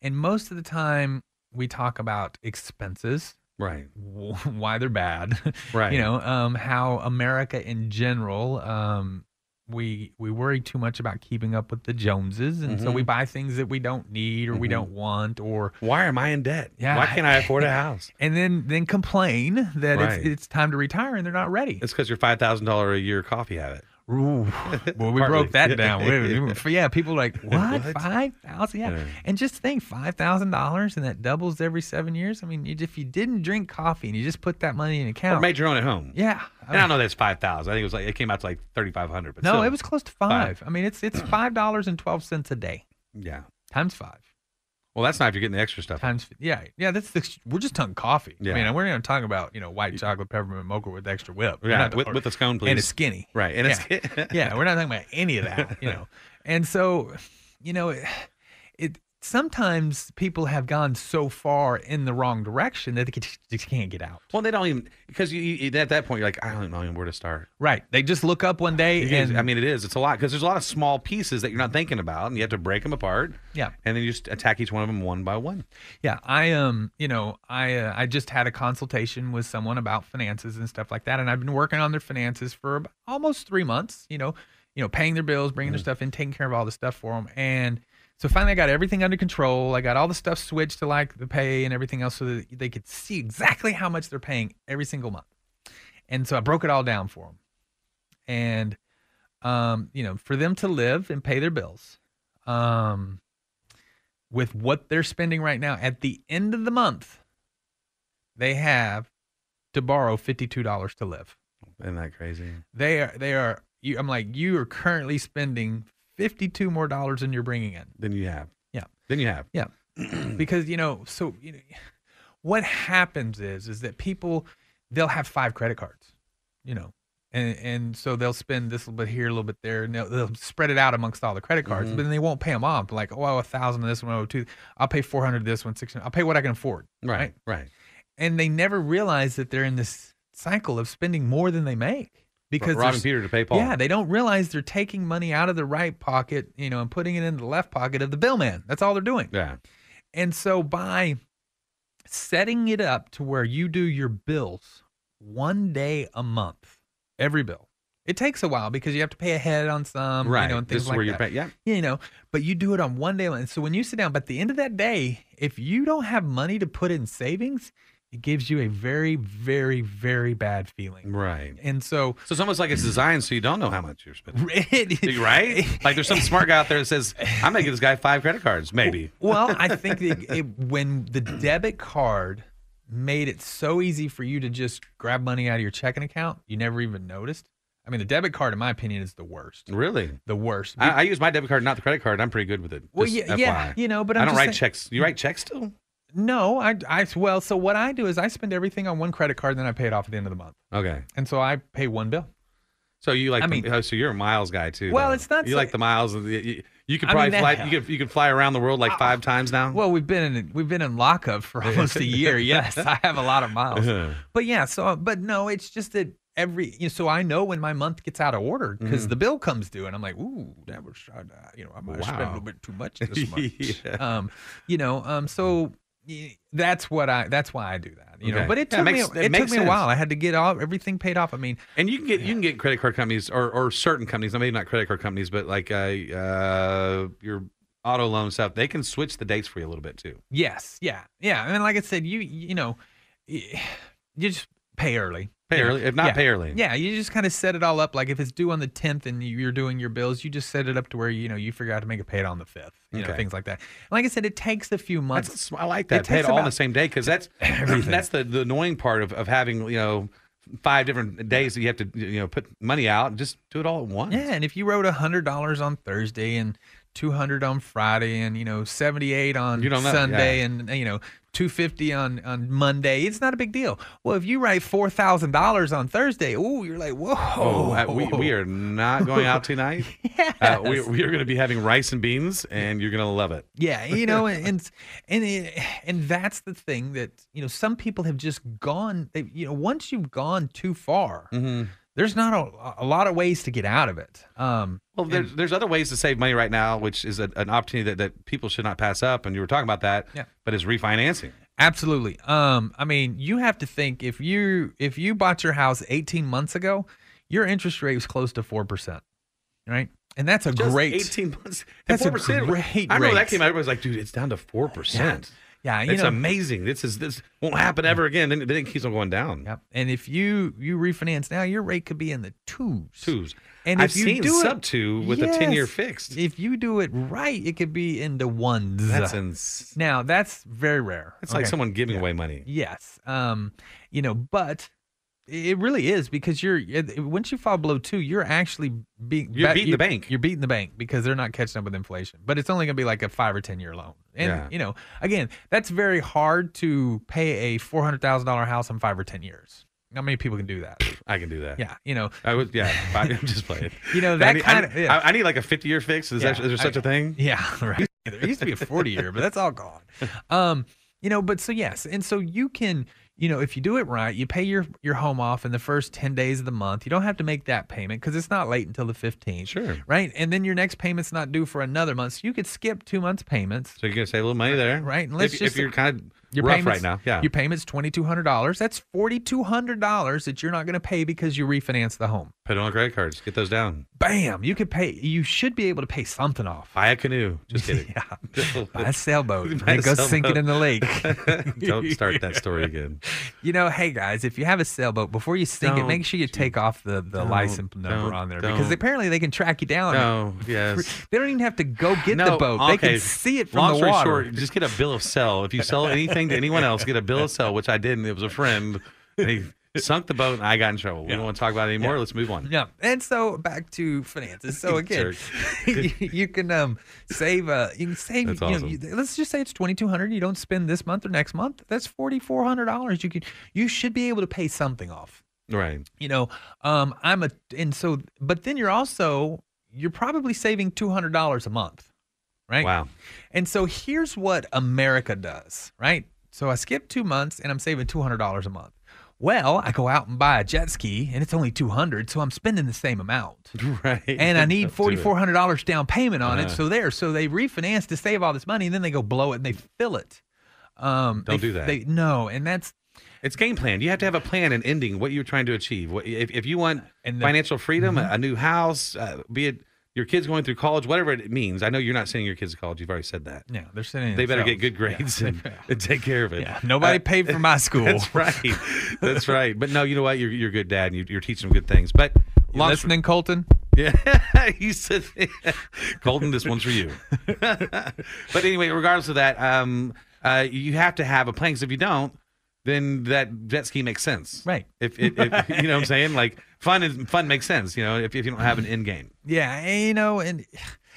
[SPEAKER 1] And most of the time, we talk about expenses, (laughs)
[SPEAKER 2] Right.
[SPEAKER 1] w- why they're bad, (laughs)
[SPEAKER 2] Right.
[SPEAKER 1] you know, um, how America in general, um, we we worry too much about keeping up with the Joneses, and
[SPEAKER 2] Mm-hmm.
[SPEAKER 1] so we buy things that we don't need or we don't want, or
[SPEAKER 2] Why am I in debt?
[SPEAKER 1] Yeah.
[SPEAKER 2] Why can't I afford a house?
[SPEAKER 1] and then then complain that
[SPEAKER 2] Right.
[SPEAKER 1] it's it's time to retire and they're not ready.
[SPEAKER 2] It's because your five thousand dollar a year coffee habit.
[SPEAKER 1] Ooh, well, we
[SPEAKER 2] Partly.
[SPEAKER 1] broke that down. We- we-
[SPEAKER 2] Yeah.
[SPEAKER 1] for-
[SPEAKER 2] (laughs)
[SPEAKER 1] yeah, people are like what,
[SPEAKER 2] What?
[SPEAKER 1] five thousand? Yeah.
[SPEAKER 2] Yeah.
[SPEAKER 1] and just think five thousand dollars, and that doubles every seven years. I mean, you- if you didn't drink coffee and you just put that money in an
[SPEAKER 2] Or
[SPEAKER 1] account,
[SPEAKER 2] made your own at home.
[SPEAKER 1] yeah,
[SPEAKER 2] And I don't know that's five thousand. I think it was like it came out to like thirty five hundred. But
[SPEAKER 1] no,
[SPEAKER 2] still,
[SPEAKER 1] it was close to five. I mean, it's
[SPEAKER 2] (clears throat)
[SPEAKER 1] it's five dollars and twelve cents a day
[SPEAKER 2] Yeah.
[SPEAKER 1] times five
[SPEAKER 2] Well, that's not if you're getting the extra stuff.
[SPEAKER 1] times yeah yeah. That's the, we're just talking coffee.
[SPEAKER 2] Yeah.
[SPEAKER 1] I mean, we're not talking about you know white chocolate peppermint mocha with extra whip. We're
[SPEAKER 2] Yeah,
[SPEAKER 1] not-
[SPEAKER 2] with, with the scone, please.
[SPEAKER 1] and it's skinny.
[SPEAKER 2] Right, and it's
[SPEAKER 1] yeah. (laughs) yeah, we're not talking about any of that, you (laughs) know. And so, you know, it, it sometimes people have gone so far in the wrong direction that they just, just can't get out.
[SPEAKER 2] well, they don't even because you, you at that point you're like I don't even know where to start.
[SPEAKER 1] Right. They just look up one day
[SPEAKER 2] It is.
[SPEAKER 1] and
[SPEAKER 2] I mean, it is. It's a lot because there's a lot of small pieces that you're not thinking about, and you have to break them apart.
[SPEAKER 1] Yeah.
[SPEAKER 2] and then you just attack each one of them one by one.
[SPEAKER 1] yeah, I um, you know, I uh, I just had a consultation with someone about finances and stuff like that and I've been working on their finances for ab- almost 3 months, you know, you know, paying their bills, bringing their stuff in, taking care of all the stuff for them and so finally I got everything under control. I got all the stuff switched to like the pay and everything else so that they could see exactly how much they're paying every single month. And so I broke it all down for them. And um, you know, for them to live and pay their bills. Um with what they're spending right now at the end of the month they have to borrow $52 to live
[SPEAKER 2] Isn't that crazy?
[SPEAKER 1] they are they are you, i'm like you are currently spending 52 more dollars than you're bringing in
[SPEAKER 2] Then you have.
[SPEAKER 1] Yeah.
[SPEAKER 2] Then you have. (clears throat)
[SPEAKER 1] yeah because you know so you know what happens is is that people they'll have five credit cards you know and and so they'll spend this little bit here, a little bit there, and they'll, they'll spread it out amongst all the credit cards.
[SPEAKER 2] Mm-hmm.
[SPEAKER 1] But then they won't pay them off. Like, oh, I owe a thousand on this one, I owe two. I'll pay four hundred this one, six hundred. I'll pay what I can afford.
[SPEAKER 2] Right. Right.
[SPEAKER 1] And they never realize that they're in this cycle of spending more than they make because
[SPEAKER 2] robbing
[SPEAKER 1] there's-
[SPEAKER 2] Peter to pay Paul.
[SPEAKER 1] Yeah, they don't realize they're taking money out of the right pocket, you know, and putting it in the left pocket of the billman. That's all they're doing.
[SPEAKER 2] Yeah.
[SPEAKER 1] And so by setting it up to where you do your bills one day a month, every bill. It takes a while because you have to pay ahead on some,
[SPEAKER 2] Right.
[SPEAKER 1] you know, and
[SPEAKER 2] this
[SPEAKER 1] things
[SPEAKER 2] is
[SPEAKER 1] like
[SPEAKER 2] where you're
[SPEAKER 1] that.
[SPEAKER 2] paying. Yeah.
[SPEAKER 1] You know, but you do it on one day. And so when you sit down, but at the end of that day, if you don't have money to put in savings, it gives you a very, very, very bad feeling.
[SPEAKER 2] Right.
[SPEAKER 1] And so (laughs)
[SPEAKER 2] So it's almost like it's designed so you don't know how much you're spending.
[SPEAKER 1] it,
[SPEAKER 2] Right? Like there's some smart guy out there that says, I'm gonna give this guy five credit cards, maybe.
[SPEAKER 1] Well, I think it, it, when the debit card made it so easy for you to just grab money out of your checking account, you never even noticed. I mean, the debit card, in my opinion, is the worst.
[SPEAKER 2] Really?
[SPEAKER 1] The worst.
[SPEAKER 2] I, I use my debit card, not the credit card. and I'm pretty good with it.
[SPEAKER 1] well,
[SPEAKER 2] Just
[SPEAKER 1] yeah, yeah,
[SPEAKER 2] FYI.
[SPEAKER 1] you know, but I'm
[SPEAKER 2] I do not
[SPEAKER 1] just
[SPEAKER 2] write
[SPEAKER 1] saying-
[SPEAKER 2] checks. You write checks still?
[SPEAKER 1] No, I, I, well, so what I do is I spend everything on one credit card, and then I pay it off at the end of the month,
[SPEAKER 2] Okay.
[SPEAKER 1] and so I pay one bill.
[SPEAKER 2] So you like?
[SPEAKER 1] I
[SPEAKER 2] the-
[SPEAKER 1] mean-
[SPEAKER 2] oh, so you're a miles guy too.
[SPEAKER 1] Well,
[SPEAKER 2] though.
[SPEAKER 1] it's not
[SPEAKER 2] You
[SPEAKER 1] so-
[SPEAKER 2] like the miles? Of the, you, you could
[SPEAKER 1] I
[SPEAKER 2] probably
[SPEAKER 1] mean, that- Ah,
[SPEAKER 2] fly. You could you could fly around the world like five times now.
[SPEAKER 1] Well, we've been in we've been in lockup for (laughs) almost a
[SPEAKER 2] (laughs)
[SPEAKER 1] year. Yes, I have a lot of miles. But yeah, so uh, but no, it's just that every you know, so I know when my month gets out of order
[SPEAKER 2] Mm-hmm.
[SPEAKER 1] because the bill comes due and I'm like, ooh, that was uh, you know I might spend a
[SPEAKER 2] Wow.
[SPEAKER 1] little bit too
[SPEAKER 2] (laughs)
[SPEAKER 1] much this month.
[SPEAKER 2] Yeah.
[SPEAKER 1] Um, you know, um, so y- that's what I that's why I do that. You
[SPEAKER 2] Okay.
[SPEAKER 1] know, but it
[SPEAKER 2] Yeah,
[SPEAKER 1] took
[SPEAKER 2] it
[SPEAKER 1] me
[SPEAKER 2] makes-
[SPEAKER 1] a-
[SPEAKER 2] it
[SPEAKER 1] it, took
[SPEAKER 2] makes
[SPEAKER 1] me a
[SPEAKER 2] sense.
[SPEAKER 1] while. I had to get all everything paid off. I mean,
[SPEAKER 2] (laughs) and you can get you can get credit card companies or or certain companies, maybe not credit card companies, but like uh, uh your auto loan stuff. They can switch the dates for you a little bit too.
[SPEAKER 1] yes, yeah, yeah. And like I said, you you know, y- (sighs) you just pay early.
[SPEAKER 2] Pay
[SPEAKER 1] you know.
[SPEAKER 2] early, if not
[SPEAKER 1] Yeah.
[SPEAKER 2] pay early.
[SPEAKER 1] Yeah, you just kind of set it all up. Like if it's due on the tenth and you- you're doing your bills, you just set it up to where you know you figure out to make a pay it on the fifth. You know
[SPEAKER 2] Okay.
[SPEAKER 1] things like that. And like I said, it takes a few months.
[SPEAKER 2] That's sm- I like that.
[SPEAKER 1] It
[SPEAKER 2] Pay it
[SPEAKER 1] takes
[SPEAKER 2] all on the
[SPEAKER 1] about-
[SPEAKER 2] same day because (clears throat) that's that's the, the annoying part of, of having you know five different days that you have to you know put money out and just do it all at once.
[SPEAKER 1] yeah, and if you wrote hundred dollars on Thursday and two hundred on Friday and you know seventy eight on
[SPEAKER 2] You don't know,
[SPEAKER 1] Sunday
[SPEAKER 2] yeah.
[SPEAKER 1] and you know two fifty on on Monday, it's not a big deal. Well, if you write four thousand dollars on Thursday, ooh, you're like, whoa,
[SPEAKER 2] Oh, uh,
[SPEAKER 1] (laughs)
[SPEAKER 2] we, we are not going out (laughs) tonight. uh, we, we are going to be having rice and beans, and you're going to love it.
[SPEAKER 1] Yeah, you know, and and and, it- and that's the thing that you know some people have just gone. They, you know, once you've gone too far,
[SPEAKER 2] Mm-hmm.
[SPEAKER 1] there's not a, a lot of ways to get out of it. Um,
[SPEAKER 2] Well, there's, there's other ways to save money right now, which is a, an opportunity that, that people should not pass up. And you were talking about that,
[SPEAKER 1] Yeah.
[SPEAKER 2] but it's refinancing.
[SPEAKER 1] absolutely. Um, I mean, you have to think if you if you bought your house 18 months ago, your interest rate was close to four percent, right? And that's a
[SPEAKER 2] Just
[SPEAKER 1] great.
[SPEAKER 2] 18 months. And
[SPEAKER 1] That's a great
[SPEAKER 2] I remember that
[SPEAKER 1] rate.
[SPEAKER 2] came out. Everybody's like, dude, it's down to 4%.
[SPEAKER 1] yeah, you
[SPEAKER 2] it's
[SPEAKER 1] know,
[SPEAKER 2] amazing. This is this won't happen ever again. Then, then it keeps on going down.
[SPEAKER 1] Yep. And if you you refinance now, your rate could be in the twos.
[SPEAKER 2] Twos.
[SPEAKER 1] And
[SPEAKER 2] I've
[SPEAKER 1] if you
[SPEAKER 2] seen
[SPEAKER 1] do it-
[SPEAKER 2] sub two with a 10 year
[SPEAKER 1] Yes.
[SPEAKER 2] fixed.
[SPEAKER 1] If you do it right, it could be into ones.
[SPEAKER 2] That's ins-
[SPEAKER 1] now that's very rare.
[SPEAKER 2] It's like
[SPEAKER 1] Okay.
[SPEAKER 2] someone giving away money.
[SPEAKER 1] Yes. Um, you know, but it really is because you're it- once you fall below two, you're actually being
[SPEAKER 2] You're
[SPEAKER 1] ba-
[SPEAKER 2] beating the bank.
[SPEAKER 1] You're beating the bank because they're not catching up with inflation. But it's only going to be like a five or ten year loan. And
[SPEAKER 2] Yeah.
[SPEAKER 1] you know, again, that's very hard to pay a four hundred thousand dollar house in five or ten years. Not many people can do that.
[SPEAKER 2] I can do that.
[SPEAKER 1] Yeah. You know,
[SPEAKER 2] I
[SPEAKER 1] (laughs)
[SPEAKER 2] would, yeah. I, am just playing.
[SPEAKER 1] You know,
[SPEAKER 2] I
[SPEAKER 1] that
[SPEAKER 2] need-
[SPEAKER 1] kinda-
[SPEAKER 2] I need,
[SPEAKER 1] yeah.
[SPEAKER 2] I, I need like a 50 year fix. Is,
[SPEAKER 1] Yeah,
[SPEAKER 2] that, is there such
[SPEAKER 1] I-
[SPEAKER 2] a thing? (laughs)
[SPEAKER 1] Yeah, right. There used to be a 40 year, but that's all gone. Um, you know, but so yes, and so you can, you know, if you do it right, you pay your your home off in the first 10 days of the month. You don't have to make that payment because it's not late until the 15th.
[SPEAKER 2] Sure.
[SPEAKER 1] Right? And then your next payment's not due for another month. So you could skip 2 months payments.
[SPEAKER 2] So you're gonna save a little money there,
[SPEAKER 1] Right, and
[SPEAKER 2] If,
[SPEAKER 1] let's
[SPEAKER 2] if
[SPEAKER 1] just-
[SPEAKER 2] you're kind of
[SPEAKER 1] Your
[SPEAKER 2] rough right
[SPEAKER 1] payments-
[SPEAKER 2] now, yeah.
[SPEAKER 1] Your payment's $2200. That's $4200 that you're not going to pay because you refinance the home.
[SPEAKER 2] Put it on credit cards, get those down.
[SPEAKER 1] Bam, you could pay you should be able to pay something off. (laughs)
[SPEAKER 2] Buy a canoe. Just kidding. (laughs)
[SPEAKER 1] Yeah. Buy a sailboat
[SPEAKER 2] Buy
[SPEAKER 1] and
[SPEAKER 2] a
[SPEAKER 1] go sink it
[SPEAKER 2] sailboat.
[SPEAKER 1] in the lake.
[SPEAKER 2] (laughs) Don't start
[SPEAKER 1] (laughs)
[SPEAKER 2] that story again.
[SPEAKER 1] You know, hey guys, if you have a sailboat, before you sink it,
[SPEAKER 2] Don't
[SPEAKER 1] make sure you take off the, the license
[SPEAKER 2] don't,
[SPEAKER 1] number on there because
[SPEAKER 2] don't.
[SPEAKER 1] apparently they can track you down.
[SPEAKER 2] No, Oh, yes.
[SPEAKER 1] They don't even have to go get the boat. They
[SPEAKER 2] okay.
[SPEAKER 1] can see it from
[SPEAKER 2] Long
[SPEAKER 1] the
[SPEAKER 2] story
[SPEAKER 1] water.
[SPEAKER 2] short, just get a bill of sale. If you sell anything to anyone else, get a bill of sale, which I did, and it was a friend. And he sunk the boat, and I got in trouble. We don't want to talk about it anymore. Let's move on.
[SPEAKER 1] Yeah. And so back to finances.
[SPEAKER 2] (laughs)
[SPEAKER 1] So again, you, (laughs)
[SPEAKER 2] Jerk.
[SPEAKER 1] you can um save uh you can save
[SPEAKER 2] That's
[SPEAKER 1] you know,
[SPEAKER 2] awesome.
[SPEAKER 1] you, let's just say it's 2200 you don't spend this month or next month. That's $4400 you could you should be able to pay something off.
[SPEAKER 2] Right.
[SPEAKER 1] you know um i'm a and so but then you're also you're probably saving $200 a month right
[SPEAKER 2] Wow.
[SPEAKER 1] and so here's what america does right so i skip two months and i'm saving $200 a month well i go out and buy a jet ski and it's only 200 so i'm spending the same amount
[SPEAKER 2] (laughs) Right.
[SPEAKER 1] and I need
[SPEAKER 2] Let's do
[SPEAKER 1] forty
[SPEAKER 2] it.
[SPEAKER 1] four hundred dollars down payment on
[SPEAKER 2] Uh.
[SPEAKER 1] it. So there, so they refinance to save all this money, and then they go blow it and they fill it. Um,
[SPEAKER 2] Don't
[SPEAKER 1] they-
[SPEAKER 2] do that.
[SPEAKER 1] They, no, and that's
[SPEAKER 2] It's game plan. You have to have a plan and ending what you're trying to achieve. What, if, if you want
[SPEAKER 1] And Mm-hmm. the-
[SPEAKER 2] financial freedom, a, a new house, uh, be it your kids going through college, whatever it means. I know you're not sending your kids to college. You've already said that.
[SPEAKER 1] yeah, they're sending. it
[SPEAKER 2] They better get
[SPEAKER 1] themselves.
[SPEAKER 2] good
[SPEAKER 1] (laughs)
[SPEAKER 2] grades and, (laughs) and take care of it.
[SPEAKER 1] Yeah, nobody
[SPEAKER 2] Uh,
[SPEAKER 1] paid for (laughs) my school.
[SPEAKER 2] That's right.
[SPEAKER 1] (laughs)
[SPEAKER 2] That's right. But no, you know what? You're, you're a good dad and you, you're teaching them good things. But
[SPEAKER 1] You
[SPEAKER 2] long-
[SPEAKER 1] listening, Colton?
[SPEAKER 2] yeah, (laughs) you said, (laughs) Colton, this one's for you. (laughs) but anyway, regardless of that, um, uh, you have to have a plan because if you don't, then that jet ski makes sense,
[SPEAKER 1] Right.
[SPEAKER 2] If, if, if (laughs) you know what I'm saying, like fun is fun makes sense, you know, if, if you don't have an end game.
[SPEAKER 1] Yeah, and, you know, and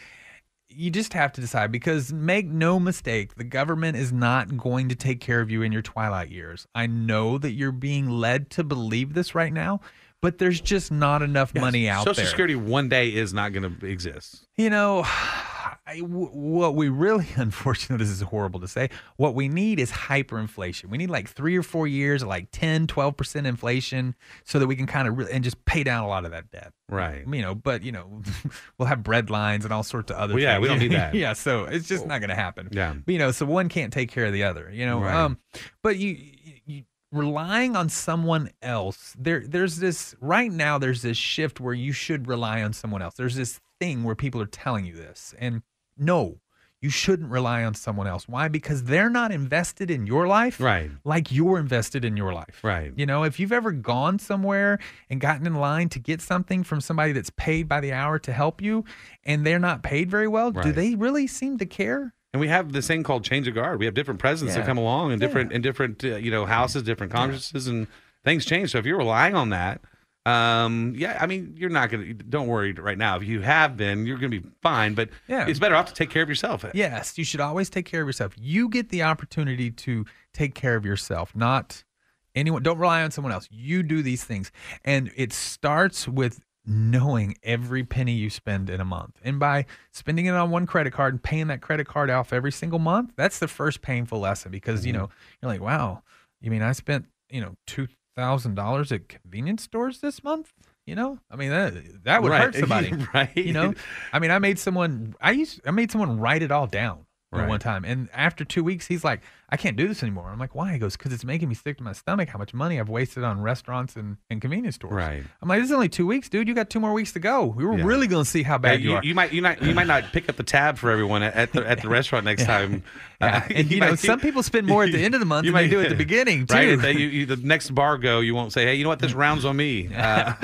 [SPEAKER 1] (sighs) you just have to decide because make no mistake, the government is not going to take care of you in your twilight years. I know that you're being led to believe this right now, but there's just not enough money out
[SPEAKER 2] Social
[SPEAKER 1] there.
[SPEAKER 2] Security one day is not going to exist.
[SPEAKER 1] You know, (sighs) I, w- what we really, (laughs) unfortunately, this is horrible to say, what we need is hyperinflation. We need like three or four years of like 10, 12% inflation so that we can kind of really, and just pay down a lot of that debt.
[SPEAKER 2] Right.
[SPEAKER 1] You know, but, you know, (laughs) we'll have bread lines and all sorts of other
[SPEAKER 2] Well, yeah,
[SPEAKER 1] things.
[SPEAKER 2] we don't
[SPEAKER 1] (laughs)
[SPEAKER 2] need that.
[SPEAKER 1] yeah, so it's just not going to happen.
[SPEAKER 2] Yeah.
[SPEAKER 1] You know, so one can't take care of the other, you know.
[SPEAKER 2] Right.
[SPEAKER 1] Um, but you, you, relying on someone else there there's this right now there's this shift where you should rely on someone else there's this thing where people are telling you this and no you shouldn't rely on someone else why because they're not invested in your life
[SPEAKER 2] Right.
[SPEAKER 1] like you're invested in your life
[SPEAKER 2] Right.
[SPEAKER 1] you know if you've ever gone somewhere and gotten in line to get something from somebody that's paid by the hour to help you and they're not paid very well do
[SPEAKER 2] Right.
[SPEAKER 1] they really seem to care
[SPEAKER 2] And we have this thing called change of guard. We have different presidents
[SPEAKER 1] Yeah.
[SPEAKER 2] that come along and different and different uh, you know houses, different congresses, and things change. So if you're relying on that, um, yeah, I mean you're not gonna. Don't worry right now. If you have been, you're gonna be fine. But
[SPEAKER 1] Yeah.
[SPEAKER 2] it's better off to take care of yourself. Uh,
[SPEAKER 1] Yes, you should always take care of yourself. You get the opportunity to take care of yourself, not anyone. Don't rely on someone else. You do these things. And it starts with knowing every penny you spend in a month. And by spending it on one credit card and paying that credit card off every single month, that's the first painful lesson because, you
[SPEAKER 2] Mm-hmm.
[SPEAKER 1] know, you're like, wow, you mean I spent, you know, $2,000 at convenience stores this month? You know, I mean, that, that would
[SPEAKER 2] Right.
[SPEAKER 1] hurt somebody
[SPEAKER 2] (laughs) right?
[SPEAKER 1] you know i mean i made someone i used i made someone write it all down at
[SPEAKER 2] Right.
[SPEAKER 1] one time and after two weeks he's like i can't do this anymore i'm like why he goes because it's making me sick to my stomach how much money i've wasted on restaurants and, and convenience stores
[SPEAKER 2] Right.
[SPEAKER 1] i'm like this is only two weeks dude you got two more weeks to go we were
[SPEAKER 2] Yeah.
[SPEAKER 1] really gonna see how
[SPEAKER 2] Uh,
[SPEAKER 1] bad you,
[SPEAKER 2] you,
[SPEAKER 1] are
[SPEAKER 2] you might you might you might not pick up the tab for everyone at- at the
[SPEAKER 1] (laughs)
[SPEAKER 2] at the restaurant next time. Uh, (laughs)
[SPEAKER 1] Yeah. (laughs) And, you know,
[SPEAKER 2] might-
[SPEAKER 1] some people spend more at the
[SPEAKER 2] (laughs)
[SPEAKER 1] end of the month than they do at the beginning,
[SPEAKER 2] Right?
[SPEAKER 1] too. Mm.
[SPEAKER 2] If they- you- you- the next bar go, you won't say, "Hey, you know what? This rounds on me." Uh, (laughs)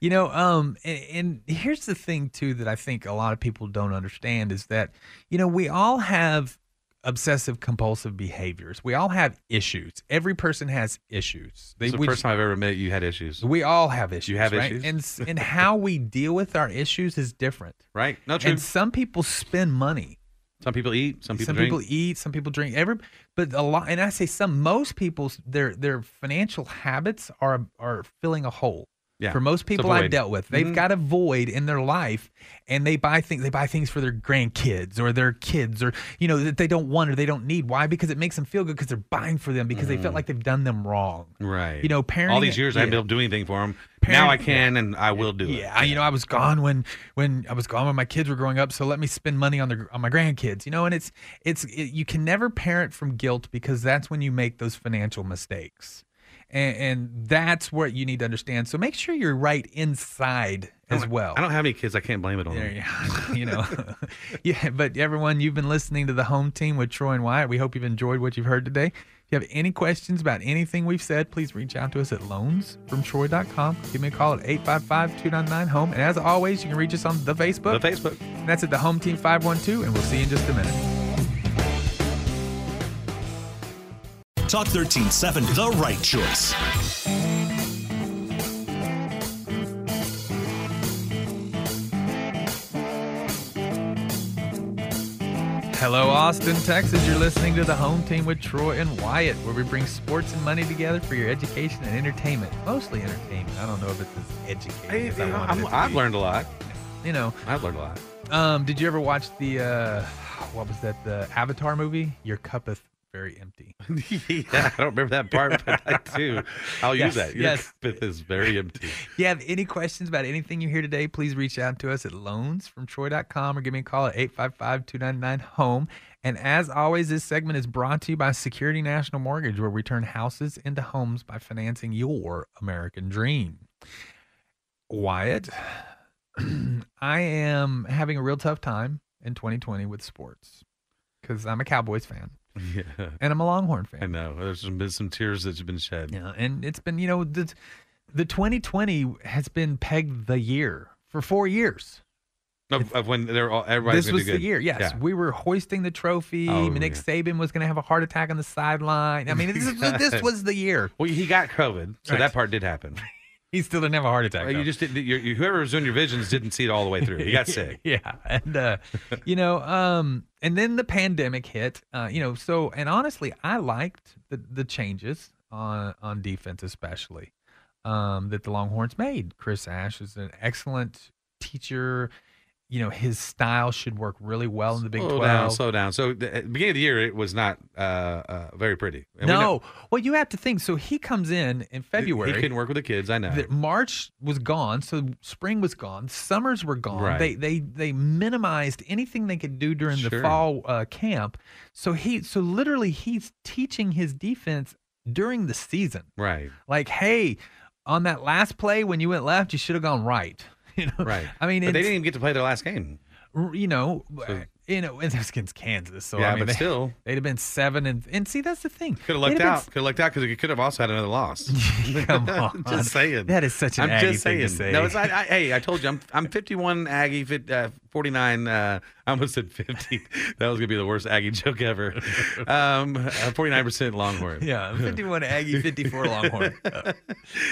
[SPEAKER 1] You know, um, and, and here's the thing too that I think a lot of people don't understand is that, you know, we all have obsessive compulsive behaviors. We all have issues. Every person has issues. They,
[SPEAKER 2] It's the
[SPEAKER 1] we,
[SPEAKER 2] first time I've ever met you had issues.
[SPEAKER 1] we all have issues.
[SPEAKER 2] have
[SPEAKER 1] right?
[SPEAKER 2] issues?
[SPEAKER 1] and s-
[SPEAKER 2] (laughs)
[SPEAKER 1] and how we deal with our issues is different.
[SPEAKER 2] Right? No, true.
[SPEAKER 1] And some people spend money.
[SPEAKER 2] some people eat. Some people
[SPEAKER 1] some
[SPEAKER 2] drink.
[SPEAKER 1] people eat. Some people drink. Every but a lot, and I say some. Most people's their their financial habits are are filling a hole.
[SPEAKER 2] Yeah,
[SPEAKER 1] For most
[SPEAKER 2] it's
[SPEAKER 1] people
[SPEAKER 2] a
[SPEAKER 1] I've
[SPEAKER 2] void.
[SPEAKER 1] dealt with, they've
[SPEAKER 2] Mhm.
[SPEAKER 1] got a void in their life, and they buy things. They buy things for their grandkids or their kids, or you know that they don't want or they don't need. Why? Because it makes them feel good. Because they're buying for them because they
[SPEAKER 2] Mm-hmm.
[SPEAKER 1] felt like they've done them wrong.
[SPEAKER 2] Right.
[SPEAKER 1] You know, parenting.
[SPEAKER 2] All these years I haven't
[SPEAKER 1] yeah.
[SPEAKER 2] been able to do anything for them.
[SPEAKER 1] Parent-
[SPEAKER 2] now I can and I will do it.
[SPEAKER 1] Yeah, you know, I was gone when when I was gone when my kids were growing up, so let me spend money on the on my grandkids, you know. And it's it's it, you can never parent from guilt because that's when you make those financial mistakes, and, and that's what you need to understand. So make sure you're right inside
[SPEAKER 2] I don't-
[SPEAKER 1] as well.
[SPEAKER 2] I don't have any kids. I can't blame it on
[SPEAKER 1] There
[SPEAKER 2] them.
[SPEAKER 1] you,
[SPEAKER 2] Mm.
[SPEAKER 1] you (laughs) know, yeah. But everyone, you've been listening to the Home Team with Troy and Wyatt. We hope you've enjoyed what you've heard today. If you have any questions about anything we've said, please reach out to us at loansfromtroy.com. Give me a call at 855-299-HOME. E. And as always, you can reach us on the
[SPEAKER 2] The
[SPEAKER 1] Facebook.
[SPEAKER 2] Facebook.
[SPEAKER 1] And that's at the Home Team 512, and we'll see you in just a minute.
[SPEAKER 3] Talk 1370, the right choice.
[SPEAKER 1] Hello, Austin, Texas. You're listening to the home team with Troy and Wyatt, where we bring sports and money together for your education and entertainment. Mostly entertainment. I don't know if it's as educating as I wanted it
[SPEAKER 2] I'm,
[SPEAKER 1] to
[SPEAKER 2] I've
[SPEAKER 1] be.
[SPEAKER 2] learned a lot.
[SPEAKER 1] You know,
[SPEAKER 2] I've learned a lot. (laughs)
[SPEAKER 1] um, did you ever watch the uh, what was that? The Avatar movie? Your cuppeth very empty.
[SPEAKER 2] yeah, I don't remember that part, but I do. I'll
[SPEAKER 1] Yes,
[SPEAKER 2] use that. Your
[SPEAKER 1] yes.
[SPEAKER 2] cup is very empty. (laughs)
[SPEAKER 1] If you have any questions about anything you hear today, please reach out to us at loansfromtroy.com or give me a call at 855 299 home. And as always, this segment is brought to you by Security National Mortgage, where we turn houses into homes by financing your American dream. Wyatt, (clears throat) I am having a real tough time in 2020 with sports because I'm a Cowboys fan
[SPEAKER 2] Yeah,
[SPEAKER 1] and I'm a Longhorn fan.
[SPEAKER 2] I know. There's been some tears that's been shed.
[SPEAKER 1] Yeah, and it's been you know the the 2020 has been pegged the year for four years.
[SPEAKER 2] Of, of when they're all everybody's
[SPEAKER 1] this
[SPEAKER 2] gonna
[SPEAKER 1] was
[SPEAKER 2] do
[SPEAKER 1] the
[SPEAKER 2] good.
[SPEAKER 1] year. Yes,
[SPEAKER 2] Yeah.
[SPEAKER 1] we were hoisting the trophy.
[SPEAKER 2] Oh,
[SPEAKER 1] Nick
[SPEAKER 2] yeah.
[SPEAKER 1] Saban was going to have a heart attack on the sideline. I mean, this, was- (laughs) this was the year.
[SPEAKER 2] Well, he got COVID, so
[SPEAKER 1] Right.
[SPEAKER 2] that part did happen.
[SPEAKER 1] He still didn't have a heart attack.
[SPEAKER 2] Right,
[SPEAKER 1] though.
[SPEAKER 2] You just didn't. You, you, whoever was doing your visions didn't see it all the way through. He (laughs) got sick.
[SPEAKER 1] (laughs) yeah and uh you know um and then the pandemic hit uh you know so and honestly i liked the the changes on on defense especially um that the longhorns made chris ash is an excellent teacher you know his style should work really well in the big
[SPEAKER 2] slow
[SPEAKER 1] 12
[SPEAKER 2] down, slow down. So the, at the beginning of the year, it was not uh, uh, very pretty. And we
[SPEAKER 1] no
[SPEAKER 2] know-
[SPEAKER 1] well you have to think so he comes in in february
[SPEAKER 2] He couldn't work with the kids. I know.
[SPEAKER 1] that March was gone, so spring was gone, summers were gone.
[SPEAKER 2] Right.
[SPEAKER 1] They they they minimized anything they could do during the
[SPEAKER 2] Sure.
[SPEAKER 1] fall uh, camp. So he so literally he's teaching his defense during the season.
[SPEAKER 2] right.
[SPEAKER 1] Like, hey, on that last play when you went left, you should have gone right. (laughs) You know,
[SPEAKER 2] Right.
[SPEAKER 1] (laughs) I mean,
[SPEAKER 2] but they
[SPEAKER 1] it's,
[SPEAKER 2] didn't even get to play their last game.
[SPEAKER 1] you know, uh,
[SPEAKER 2] So-
[SPEAKER 1] you know, and that's against Kansas. So
[SPEAKER 2] yeah,
[SPEAKER 1] Oh, I mean,
[SPEAKER 2] but
[SPEAKER 1] they,
[SPEAKER 2] still.
[SPEAKER 1] they'd have been seven and and see that's the thing.
[SPEAKER 2] Could have
[SPEAKER 1] They'd
[SPEAKER 2] lucked
[SPEAKER 1] been
[SPEAKER 2] out. Could have lucked out because he could have also had
[SPEAKER 1] (laughs)
[SPEAKER 2] another loss.
[SPEAKER 1] Come on.
[SPEAKER 2] (laughs) just saying.
[SPEAKER 1] That is such an
[SPEAKER 2] I'm
[SPEAKER 1] Aggie
[SPEAKER 2] just
[SPEAKER 1] thing
[SPEAKER 2] saying.
[SPEAKER 1] to say.
[SPEAKER 2] No, it's not, I, hey, I told you, I'm I'm 51 Aggie, fif- uh, 49. Uh, I almost said 50. (laughs) that was gonna be the worst Aggie joke ever. Um, uh, 49 percent Longhorn. (laughs)
[SPEAKER 1] (laughs) Yeah, 51 Aggie, 54 Longhorn. Uh,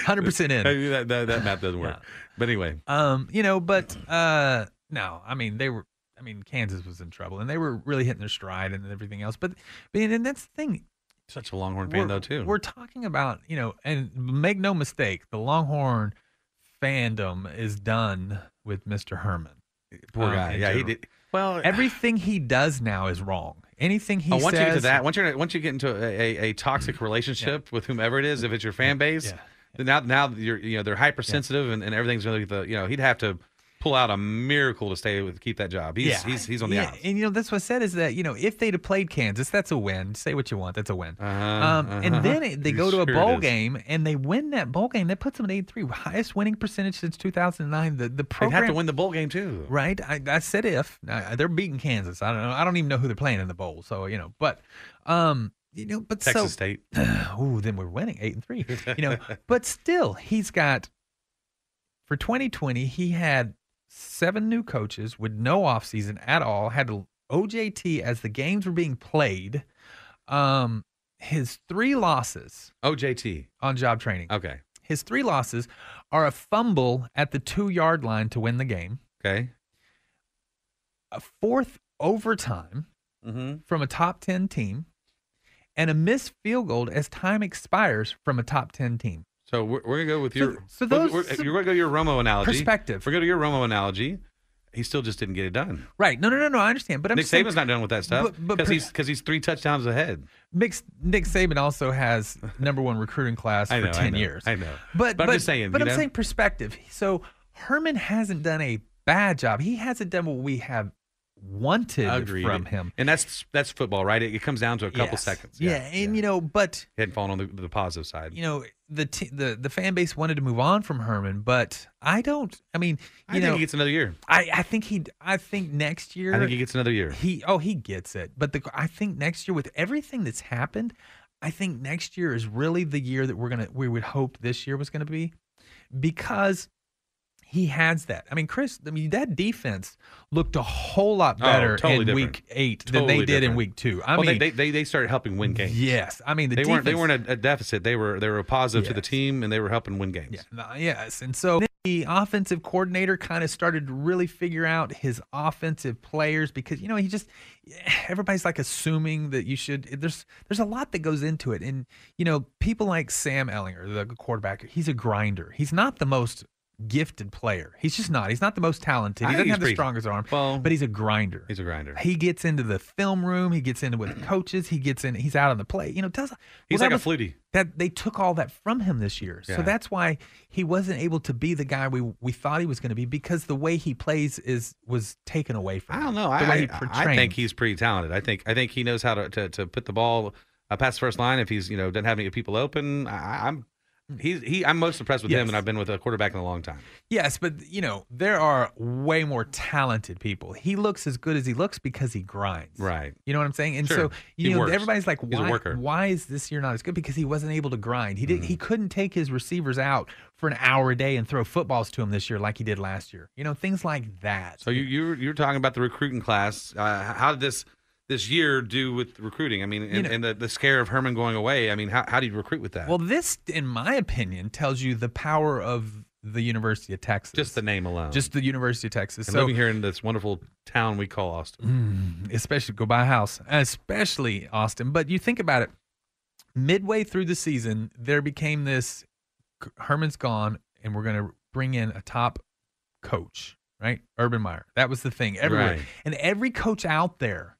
[SPEAKER 1] 100% in.
[SPEAKER 2] Hey, that, that, that math doesn't work. But anyway,
[SPEAKER 1] Um, you know, but uh no, I mean they were I mean Kansas was in trouble and they were really hitting their stride and everything else. But but and that's the thing.
[SPEAKER 2] such a Longhorn
[SPEAKER 1] We're,
[SPEAKER 2] fan though too.
[SPEAKER 1] we're talking about, you know, and make no mistake, the Longhorn fandom is done with Mr. Herman.
[SPEAKER 2] poor
[SPEAKER 1] um,
[SPEAKER 2] guy.
[SPEAKER 1] in
[SPEAKER 2] Yeah, he
[SPEAKER 1] general.
[SPEAKER 2] did. Oh, Well,
[SPEAKER 1] Everything he does now is wrong. Anything he
[SPEAKER 2] Oh, once
[SPEAKER 1] says
[SPEAKER 2] you get to that, once you're once you get into a, a, a toxic relationship with whomever it is, if it's your fan base,
[SPEAKER 1] yeah.
[SPEAKER 2] then now now you're you know they're hypersensitive and, and everything's going to the you know he'd have to pull out a miracle to stay with keep that job. He's he's, he's on the
[SPEAKER 1] yeah.
[SPEAKER 2] outs.
[SPEAKER 1] And you know, that's what I said is that, you know, if they'd have played Kansas, that's a win. Say what you want, that's a win.
[SPEAKER 2] Uh-huh,
[SPEAKER 1] Um,
[SPEAKER 2] uh-huh.
[SPEAKER 1] And then it, they
[SPEAKER 2] He
[SPEAKER 1] go to a
[SPEAKER 2] sure
[SPEAKER 1] bowl
[SPEAKER 2] is.
[SPEAKER 1] game and they win that bowl game. That puts them at 83, highest winning percentage since 2009. The, the
[SPEAKER 2] They'd
[SPEAKER 1] program.
[SPEAKER 2] have to win the bowl game too.
[SPEAKER 1] Right, I, I said if Now, they're beating Kansas, I don't know. I don't even know who they're playing in the bowl, so you know. But, um, you know, but
[SPEAKER 2] Texas
[SPEAKER 1] so
[SPEAKER 2] State.
[SPEAKER 1] oh, then we're winning eight and three. You know, but still, he's got for 2020, he had seven new coaches with no offseason at all. Had OJT as the games were being played. Um, his three losses
[SPEAKER 2] OJT.
[SPEAKER 1] on job training.
[SPEAKER 2] Okay.
[SPEAKER 1] His three losses are a fumble at the two yard line to win the game,
[SPEAKER 2] Okay.
[SPEAKER 1] a fourth overtime
[SPEAKER 2] Mm-hmm.
[SPEAKER 1] from a top 10 team, and a missed field goal as time expires from a top 10 team.
[SPEAKER 2] So we're, we're gonna go with
[SPEAKER 1] So-
[SPEAKER 2] your.
[SPEAKER 1] so
[SPEAKER 2] we're-
[SPEAKER 1] those-
[SPEAKER 2] we're- you're gonna go your Romo analogy.
[SPEAKER 1] Perspective.
[SPEAKER 2] We're gonna go your Romo analogy. He still just didn't get it done.
[SPEAKER 1] Right. No, no, no, no. I understand. But I'm
[SPEAKER 2] Nick
[SPEAKER 1] just saying,
[SPEAKER 2] Saban's not done with that stuff
[SPEAKER 1] But- but
[SPEAKER 2] because
[SPEAKER 1] per-
[SPEAKER 2] he's because he's three touchdowns ahead.
[SPEAKER 1] Nick, Nick Saban also has number one recruiting class
[SPEAKER 2] I
[SPEAKER 1] for
[SPEAKER 2] know, I
[SPEAKER 1] 10
[SPEAKER 2] know,
[SPEAKER 1] years.
[SPEAKER 2] I know.
[SPEAKER 1] But,
[SPEAKER 2] But I'm just saying,
[SPEAKER 1] But
[SPEAKER 2] you
[SPEAKER 1] I'm
[SPEAKER 2] know?
[SPEAKER 1] saying perspective. So Herman hasn't done a bad job. He hasn't done what we have wanted
[SPEAKER 2] Agreed.
[SPEAKER 1] from him.
[SPEAKER 2] And that's that's football, right? It, it comes down to a couple
[SPEAKER 1] Yes.
[SPEAKER 2] seconds.
[SPEAKER 1] Yeah. and you know, but
[SPEAKER 2] he hadn't fallen on the, the positive side.
[SPEAKER 1] you know, the t- the the fan base wanted to move on from Herman, but I don't. I mean,
[SPEAKER 2] I
[SPEAKER 1] you
[SPEAKER 2] think
[SPEAKER 1] know,
[SPEAKER 2] he gets another year.
[SPEAKER 1] I I think he I think next year
[SPEAKER 2] I think he gets another year.
[SPEAKER 1] He oh he gets it. But the I think next year with everything that's happened, I think next year is really the year that we're gonna we would hope this year was gonna be, because he has that. I mean, Chris, I mean that defense looked a whole lot
[SPEAKER 2] Oh,
[SPEAKER 1] better
[SPEAKER 2] totally
[SPEAKER 1] in
[SPEAKER 2] different.
[SPEAKER 1] week eight than they
[SPEAKER 2] Totally
[SPEAKER 1] did in
[SPEAKER 2] different.
[SPEAKER 1] week two. I
[SPEAKER 2] well,
[SPEAKER 1] mean,
[SPEAKER 2] they, they they started helping win games.
[SPEAKER 1] yes, I mean the
[SPEAKER 2] they
[SPEAKER 1] defense,
[SPEAKER 2] weren't they weren't a, a deficit. They were they were a positive to the
[SPEAKER 1] Yes.
[SPEAKER 2] team, and they were helping win games.
[SPEAKER 1] yeah, no, yes, and so. the offensive coordinator kind of started to really figure out his offensive players because you know he just (sighs) everybody's like assuming that you should there's there's a lot that goes into it and you know people like Sam Ellinger the quarterback he's a grinder he's not the most gifted player he's just not he's not the most talented
[SPEAKER 2] I
[SPEAKER 1] he doesn't
[SPEAKER 2] think he's
[SPEAKER 1] have the
[SPEAKER 2] pretty-
[SPEAKER 1] strongest arm
[SPEAKER 2] well,
[SPEAKER 1] but he's a grinder
[SPEAKER 2] He's a grinder.
[SPEAKER 1] he gets into the film room he gets into with the coaches he gets in he's out on the play you know does
[SPEAKER 2] He's
[SPEAKER 1] well, that was-
[SPEAKER 2] like a flutie.
[SPEAKER 1] that they took all that from him this year. So
[SPEAKER 2] Yeah.
[SPEAKER 1] that's why he wasn't able to be the guy we we thought he was going to be because the way he plays is was taken away from
[SPEAKER 2] I
[SPEAKER 1] him.
[SPEAKER 2] don't know.
[SPEAKER 1] The way
[SPEAKER 2] I, I,
[SPEAKER 1] he
[SPEAKER 2] I
[SPEAKER 1] portrayed.
[SPEAKER 2] think he's pretty talented. I think I think he knows how to to, to put the ball uh, past the first line if he's you know doesn't have any people open. I, I'm he's he I'm most impressed with
[SPEAKER 1] Hmm. Yes.
[SPEAKER 2] him, and I've been with a quarterback in a long time.
[SPEAKER 1] Yes, but you know there are way more talented people. He looks as good as he looks because he grinds.
[SPEAKER 2] Right.
[SPEAKER 1] You know what I'm saying? And
[SPEAKER 2] Sure.
[SPEAKER 1] so you
[SPEAKER 2] He
[SPEAKER 1] know
[SPEAKER 2] works.
[SPEAKER 1] everybody's like,
[SPEAKER 2] He's a
[SPEAKER 1] why?
[SPEAKER 2] worker. Mm-hmm.
[SPEAKER 1] Why is this year not as good? Because he wasn't able to grind. He did. not He couldn't take his receivers out for an hour a day and throw footballs to him this year like he did last year. You know things like that.
[SPEAKER 2] So you you're, you're talking about the recruiting class. Uh, how did this this year do with recruiting? I mean, and,
[SPEAKER 1] know-
[SPEAKER 2] and the, the scare of Herman going away. I mean, how, how do you recruit with that?
[SPEAKER 1] Well, this, in my opinion, tells you the power of the University of Texas.
[SPEAKER 2] just the name alone.
[SPEAKER 1] just the University of Texas.
[SPEAKER 2] and
[SPEAKER 1] so,
[SPEAKER 2] living here in this wonderful town we call Austin.
[SPEAKER 1] Mm, especially go buy a house, especially Austin. But you think about it. Midway through the season, there became this: Herman's gone, and we're going to bring in a top coach, right? Urban Meyer. That was the thing everywhere,
[SPEAKER 2] Right.
[SPEAKER 1] and every coach out there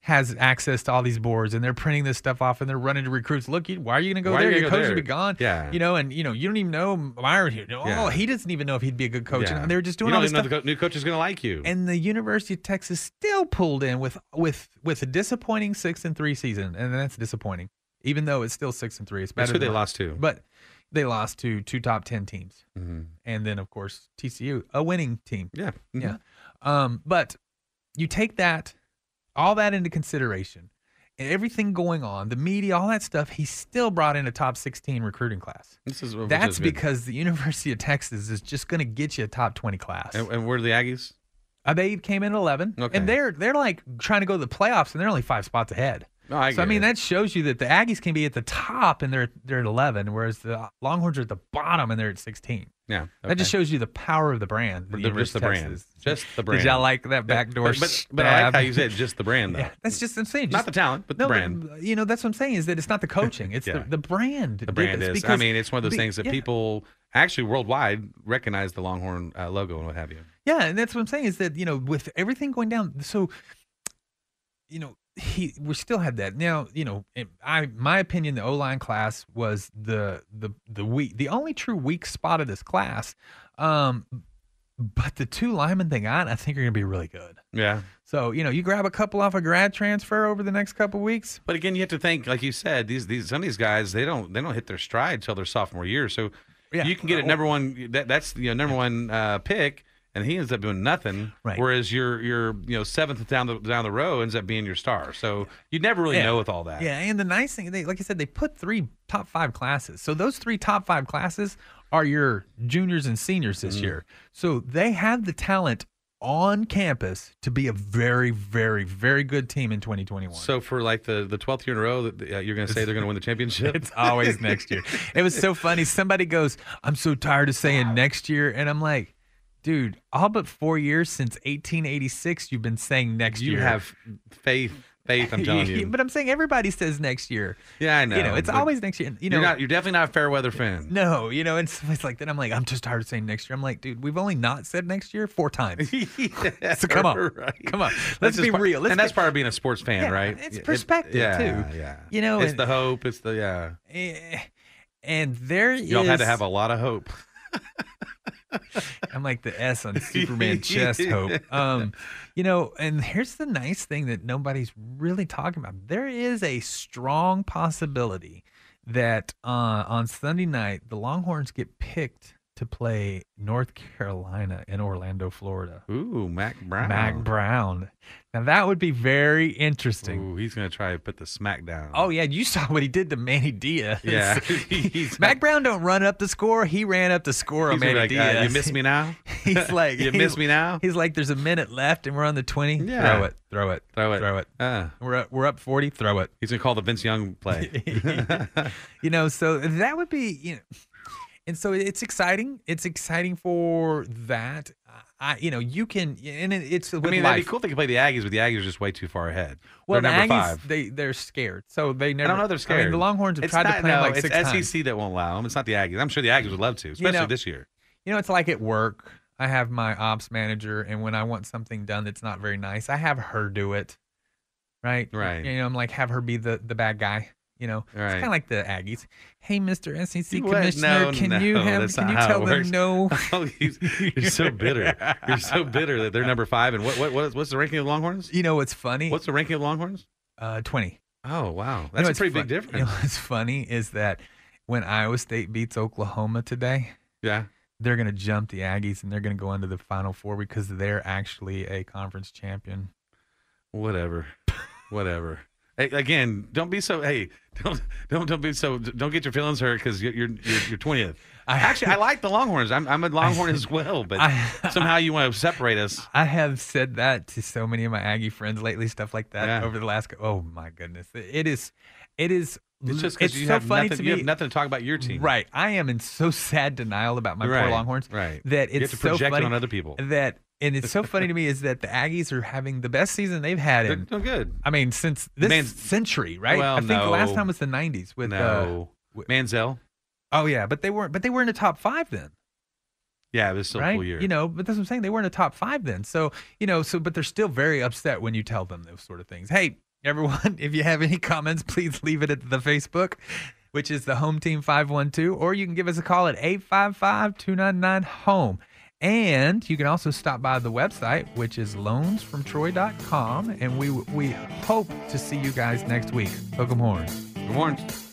[SPEAKER 1] has access to all these boards, and they're printing this stuff off, and they're running to recruits. Look, you, why are you going to go
[SPEAKER 2] Why are
[SPEAKER 1] there?
[SPEAKER 2] you
[SPEAKER 1] Your
[SPEAKER 2] gonna
[SPEAKER 1] coach
[SPEAKER 2] go
[SPEAKER 1] will be
[SPEAKER 2] there?
[SPEAKER 1] gone.
[SPEAKER 2] Yeah.
[SPEAKER 1] you know, and you know, you don't even know Meyer here. Oh,
[SPEAKER 2] Yeah.
[SPEAKER 1] he doesn't even know if he'd be a good coach.
[SPEAKER 2] Yeah.
[SPEAKER 1] And they were just doing
[SPEAKER 2] you
[SPEAKER 1] all
[SPEAKER 2] don't
[SPEAKER 1] this
[SPEAKER 2] even know
[SPEAKER 1] stuff
[SPEAKER 2] the co- new coach is going to like you.
[SPEAKER 1] and the University of Texas still pulled in with with with a disappointing six and three season, and that's disappointing. Even though it's still six and three, it's
[SPEAKER 2] That's
[SPEAKER 1] better.
[SPEAKER 2] who they
[SPEAKER 1] than-
[SPEAKER 2] lost to.
[SPEAKER 1] but they lost to two top ten teams,
[SPEAKER 2] Mhm.
[SPEAKER 1] and then of course TCU, a winning team.
[SPEAKER 2] Yeah. Mhm.
[SPEAKER 1] Yeah. Um, but you take that, all that into consideration, and everything going on, the media, all that stuff. He still brought in a top sixteen recruiting class.
[SPEAKER 2] This is which
[SPEAKER 1] That's
[SPEAKER 2] is good.
[SPEAKER 1] because the University of Texas is just going to get you a top twenty class.
[SPEAKER 2] And, and where are the Aggies?
[SPEAKER 1] Uh, they came in at eleven,
[SPEAKER 2] Okay.
[SPEAKER 1] and they're they're like trying to go to the playoffs, and they're only five spots ahead.
[SPEAKER 2] No, I
[SPEAKER 1] so I
[SPEAKER 2] get
[SPEAKER 1] mean,
[SPEAKER 2] it.
[SPEAKER 1] that shows you that the Aggies can be at the top, and they're they're at eleven, whereas the Longhorns are at the bottom, and they're at sixteen.
[SPEAKER 2] yeah.
[SPEAKER 1] That just
[SPEAKER 2] okay.
[SPEAKER 1] shows you the power of the brand. the
[SPEAKER 2] The- just
[SPEAKER 1] University
[SPEAKER 2] the
[SPEAKER 1] of
[SPEAKER 2] brand.
[SPEAKER 1] Texas.
[SPEAKER 2] Just the brand.
[SPEAKER 1] (laughs) Did y'all like that backdoor?
[SPEAKER 2] But, but, but I like
[SPEAKER 1] stab?
[SPEAKER 2] how you said just the brand (laughs) though.
[SPEAKER 1] (laughs) Yeah, that's just insane.
[SPEAKER 2] Not the talent, but the
[SPEAKER 1] no,
[SPEAKER 2] brand.
[SPEAKER 1] you know, that's what I'm saying is that it's not the coaching; it's
[SPEAKER 2] Yeah.
[SPEAKER 1] the, the brand.
[SPEAKER 2] The brand is. I mean, it's one of those things that
[SPEAKER 1] people.
[SPEAKER 2] people actually worldwide recognize the Longhorn uh, logo and what have you.
[SPEAKER 1] Yeah, and that's what I'm saying is that you know with everything going down, so you know he we still had that. Now you know in I my opinion the O line class was the the the weak the only true weak spot of this class, um, but the two linemen they got I think are going to be really good.
[SPEAKER 2] Yeah.
[SPEAKER 1] So you know you grab a couple off a grad transfer over the next couple weeks.
[SPEAKER 2] But again, you have to think, like you said, these these some of these guys they don't they don't hit their stride till their sophomore year. So
[SPEAKER 1] Yeah. Uh,
[SPEAKER 2] you can get a number one that, that's you know number one uh, pick, and he ends up doing nothing.
[SPEAKER 1] Right.
[SPEAKER 2] Whereas your your you know seventh down the down the row ends up being your star. So you never really
[SPEAKER 1] Yeah.
[SPEAKER 2] know with all that.
[SPEAKER 1] Yeah, and the nice thing they like I said they put three top five classes. So those three top five classes are your juniors and seniors
[SPEAKER 2] Mm-hmm.
[SPEAKER 1] this year. So they have the talent on campus to be a very, very, very good team in 2021.
[SPEAKER 2] So for like the the twelfth year in a row, that uh, you're going to say they're going to win the
[SPEAKER 1] (laughs)
[SPEAKER 2] championship.
[SPEAKER 1] it's always next year. It was so funny. Somebody goes, "I'm so tired of saying next year," and I'm like. Dude, all but four years since 1886, you've been saying next
[SPEAKER 2] (laughs) you
[SPEAKER 1] year.
[SPEAKER 2] have faith, faith. I'm
[SPEAKER 1] (laughs)
[SPEAKER 2] telling you.
[SPEAKER 1] but I'm saying everybody says next year.
[SPEAKER 2] yeah, I know.
[SPEAKER 1] you know, it's
[SPEAKER 2] but
[SPEAKER 1] always next year. You know,
[SPEAKER 2] you're not. You're definitely not a fair weather fan.
[SPEAKER 1] No, you know, and (laughs) so it's like then I'm like, I'm just tired of saying next year. I'm like, dude, we've only not said next year four
[SPEAKER 2] (laughs)
[SPEAKER 1] times. So come on, come on. Let's
[SPEAKER 2] just
[SPEAKER 1] be
[SPEAKER 2] part-
[SPEAKER 1] real. Let's
[SPEAKER 2] and that's
[SPEAKER 1] get-
[SPEAKER 2] part of being a sports fan,
[SPEAKER 1] Yeah,
[SPEAKER 2] right?
[SPEAKER 1] it's
[SPEAKER 2] It-
[SPEAKER 1] perspective,
[SPEAKER 2] yeah,
[SPEAKER 1] too.
[SPEAKER 2] Yeah,
[SPEAKER 1] You know,
[SPEAKER 2] it's
[SPEAKER 1] and-
[SPEAKER 2] the hope. It's the yeah.
[SPEAKER 1] Eh, And there is.
[SPEAKER 2] Y'all had to have a lot of hope.
[SPEAKER 1] (laughs) I'm like the S on
[SPEAKER 2] (laughs)
[SPEAKER 1] Superman chest hope. Um, you know, and here's the nice thing that nobody's really talking about. There is a strong possibility that uh, on Sunday night the Longhorns get picked to play North Carolina in Orlando, Florida.
[SPEAKER 2] Ooh, Mac Brown.
[SPEAKER 1] Mac Brown. Now that would be very interesting.
[SPEAKER 2] Ooh, he's gonna try to put the smack down.
[SPEAKER 1] Oh yeah, you (laughs) saw what he did to Manny Diaz.
[SPEAKER 2] (laughs) Yeah. (laughs) He's-
[SPEAKER 1] (laughs) Mac Brown don't run up the score. He ran up the score on
[SPEAKER 2] He's gonna
[SPEAKER 1] Manny
[SPEAKER 2] be like,
[SPEAKER 1] Diaz.
[SPEAKER 2] uh, you
[SPEAKER 1] (laughs)
[SPEAKER 2] miss me now. (laughs)
[SPEAKER 1] He's like,
[SPEAKER 2] you
[SPEAKER 1] he's-
[SPEAKER 2] miss me now.
[SPEAKER 1] He's like, there's a minute left, and we're on the twenty.
[SPEAKER 2] Yeah.
[SPEAKER 1] Throw it, throw it,
[SPEAKER 2] Throw it.
[SPEAKER 1] throw it.
[SPEAKER 2] Uh,
[SPEAKER 1] We're up, we're up forty. Throw
[SPEAKER 2] (laughs)
[SPEAKER 1] it. (laughs)
[SPEAKER 2] he's gonna call the Vince Young play.
[SPEAKER 1] you know, so that would be you know, and so it's exciting. It's exciting for that. I, you know, you can, and it, it's with
[SPEAKER 2] I mean,
[SPEAKER 1] life.
[SPEAKER 2] that'd be cool if they could play the Aggies, but the Aggies are just way too far ahead.
[SPEAKER 1] Well,
[SPEAKER 2] they're number
[SPEAKER 1] the Aggies,
[SPEAKER 2] five.
[SPEAKER 1] they they're scared, so they never.
[SPEAKER 2] I don't know. They're scared.
[SPEAKER 1] I mean, the Longhorns have
[SPEAKER 2] It's
[SPEAKER 1] tried
[SPEAKER 2] not-
[SPEAKER 1] to play 'em
[SPEAKER 2] no,
[SPEAKER 1] like
[SPEAKER 2] it's E
[SPEAKER 1] six times.
[SPEAKER 2] SEC that won't allow them. It's not the Aggies. I'm sure the Aggies would love to, especially
[SPEAKER 1] know-
[SPEAKER 2] this year.
[SPEAKER 1] You know, it's like at work. I have my ops manager, and when I want something done that's not very nice, I have her do it. Right. (laughs)
[SPEAKER 2] Right. (laughs)
[SPEAKER 1] You know, I'm like have her be the the bad guy. You know, it's
[SPEAKER 2] Right.
[SPEAKER 1] kind of like the Aggies. Hey, Mr. SEC
[SPEAKER 2] What?
[SPEAKER 1] Commissioner,
[SPEAKER 2] No,
[SPEAKER 1] can
[SPEAKER 2] no,
[SPEAKER 1] you have,
[SPEAKER 2] that's
[SPEAKER 1] can
[SPEAKER 2] not
[SPEAKER 1] you
[SPEAKER 2] how it
[SPEAKER 1] tell them
[SPEAKER 2] works. (laughs)
[SPEAKER 1] no?
[SPEAKER 2] Oh, you- you're so bitter. You're so bitter that they're number five. And what what, what is, what's the ranking of Longhorns?
[SPEAKER 1] You know what's funny?
[SPEAKER 2] What's the ranking of Longhorns?
[SPEAKER 1] uh, twenty?
[SPEAKER 2] Oh wow,
[SPEAKER 1] You know
[SPEAKER 2] that's a
[SPEAKER 1] what's
[SPEAKER 2] pretty
[SPEAKER 1] fun-
[SPEAKER 2] big difference.
[SPEAKER 1] You know what's funny is that when Iowa State beats Oklahoma today,
[SPEAKER 2] yeah.
[SPEAKER 1] they're going to jump the Aggies and they're going to go into the Final Four because they're actually a conference champion.
[SPEAKER 2] whatever whatever hey, again don't be so hey (laughs) don't don't don't be so don't get your feelings hurt because you're you're you're, you're 20th
[SPEAKER 1] (laughs) I-
[SPEAKER 2] actually i like the longhorns i'm, I'm a longhorn as well
[SPEAKER 1] (laughs)
[SPEAKER 2] but
[SPEAKER 1] I-
[SPEAKER 2] somehow you want to separate us
[SPEAKER 1] I have said that to so many of my Aggie friends lately, stuff like that
[SPEAKER 2] Yeah.
[SPEAKER 1] over the last. co- Oh my goodness, It- it is, it is.
[SPEAKER 2] it's just
[SPEAKER 1] it's
[SPEAKER 2] because you
[SPEAKER 1] so
[SPEAKER 2] have
[SPEAKER 1] funny
[SPEAKER 2] nothing
[SPEAKER 1] to
[SPEAKER 2] you
[SPEAKER 1] me.
[SPEAKER 2] have nothing to talk about your team
[SPEAKER 1] Right, I am in so sad denial about my
[SPEAKER 2] Right,
[SPEAKER 1] poor Longhorns.
[SPEAKER 2] right.
[SPEAKER 1] that it's
[SPEAKER 2] You have to
[SPEAKER 1] so
[SPEAKER 2] project it
[SPEAKER 1] funny
[SPEAKER 2] on other people.
[SPEAKER 1] That and it's so
[SPEAKER 2] (laughs)
[SPEAKER 1] funny to me is that the Aggies are having the best season they've had
[SPEAKER 2] they're
[SPEAKER 1] in.
[SPEAKER 2] doing good
[SPEAKER 1] I mean, since this
[SPEAKER 2] Man-
[SPEAKER 1] century, right?
[SPEAKER 2] Well,
[SPEAKER 1] I think the last
[SPEAKER 2] no.
[SPEAKER 1] time was the '90s with. Uh,
[SPEAKER 2] no manziel
[SPEAKER 1] oh yeah, but they weren't. But they were in the top five then.
[SPEAKER 2] yeah it was still a
[SPEAKER 1] right?
[SPEAKER 2] cool year
[SPEAKER 1] You know, but that's what I'm saying. They weren't a top five then. So, you know, so, but they're still very upset when you tell them those sort of things. Hey, everyone, (laughs) if you have any comments, please leave it at the Facebook, which is the Home Team 512, or you can give us a call at 855 299 Home. E. And you can also stop by the website, which is loansfromtroy.com. And we we hope to see you guys next week. Hook 'em horns.
[SPEAKER 2] Longhorns.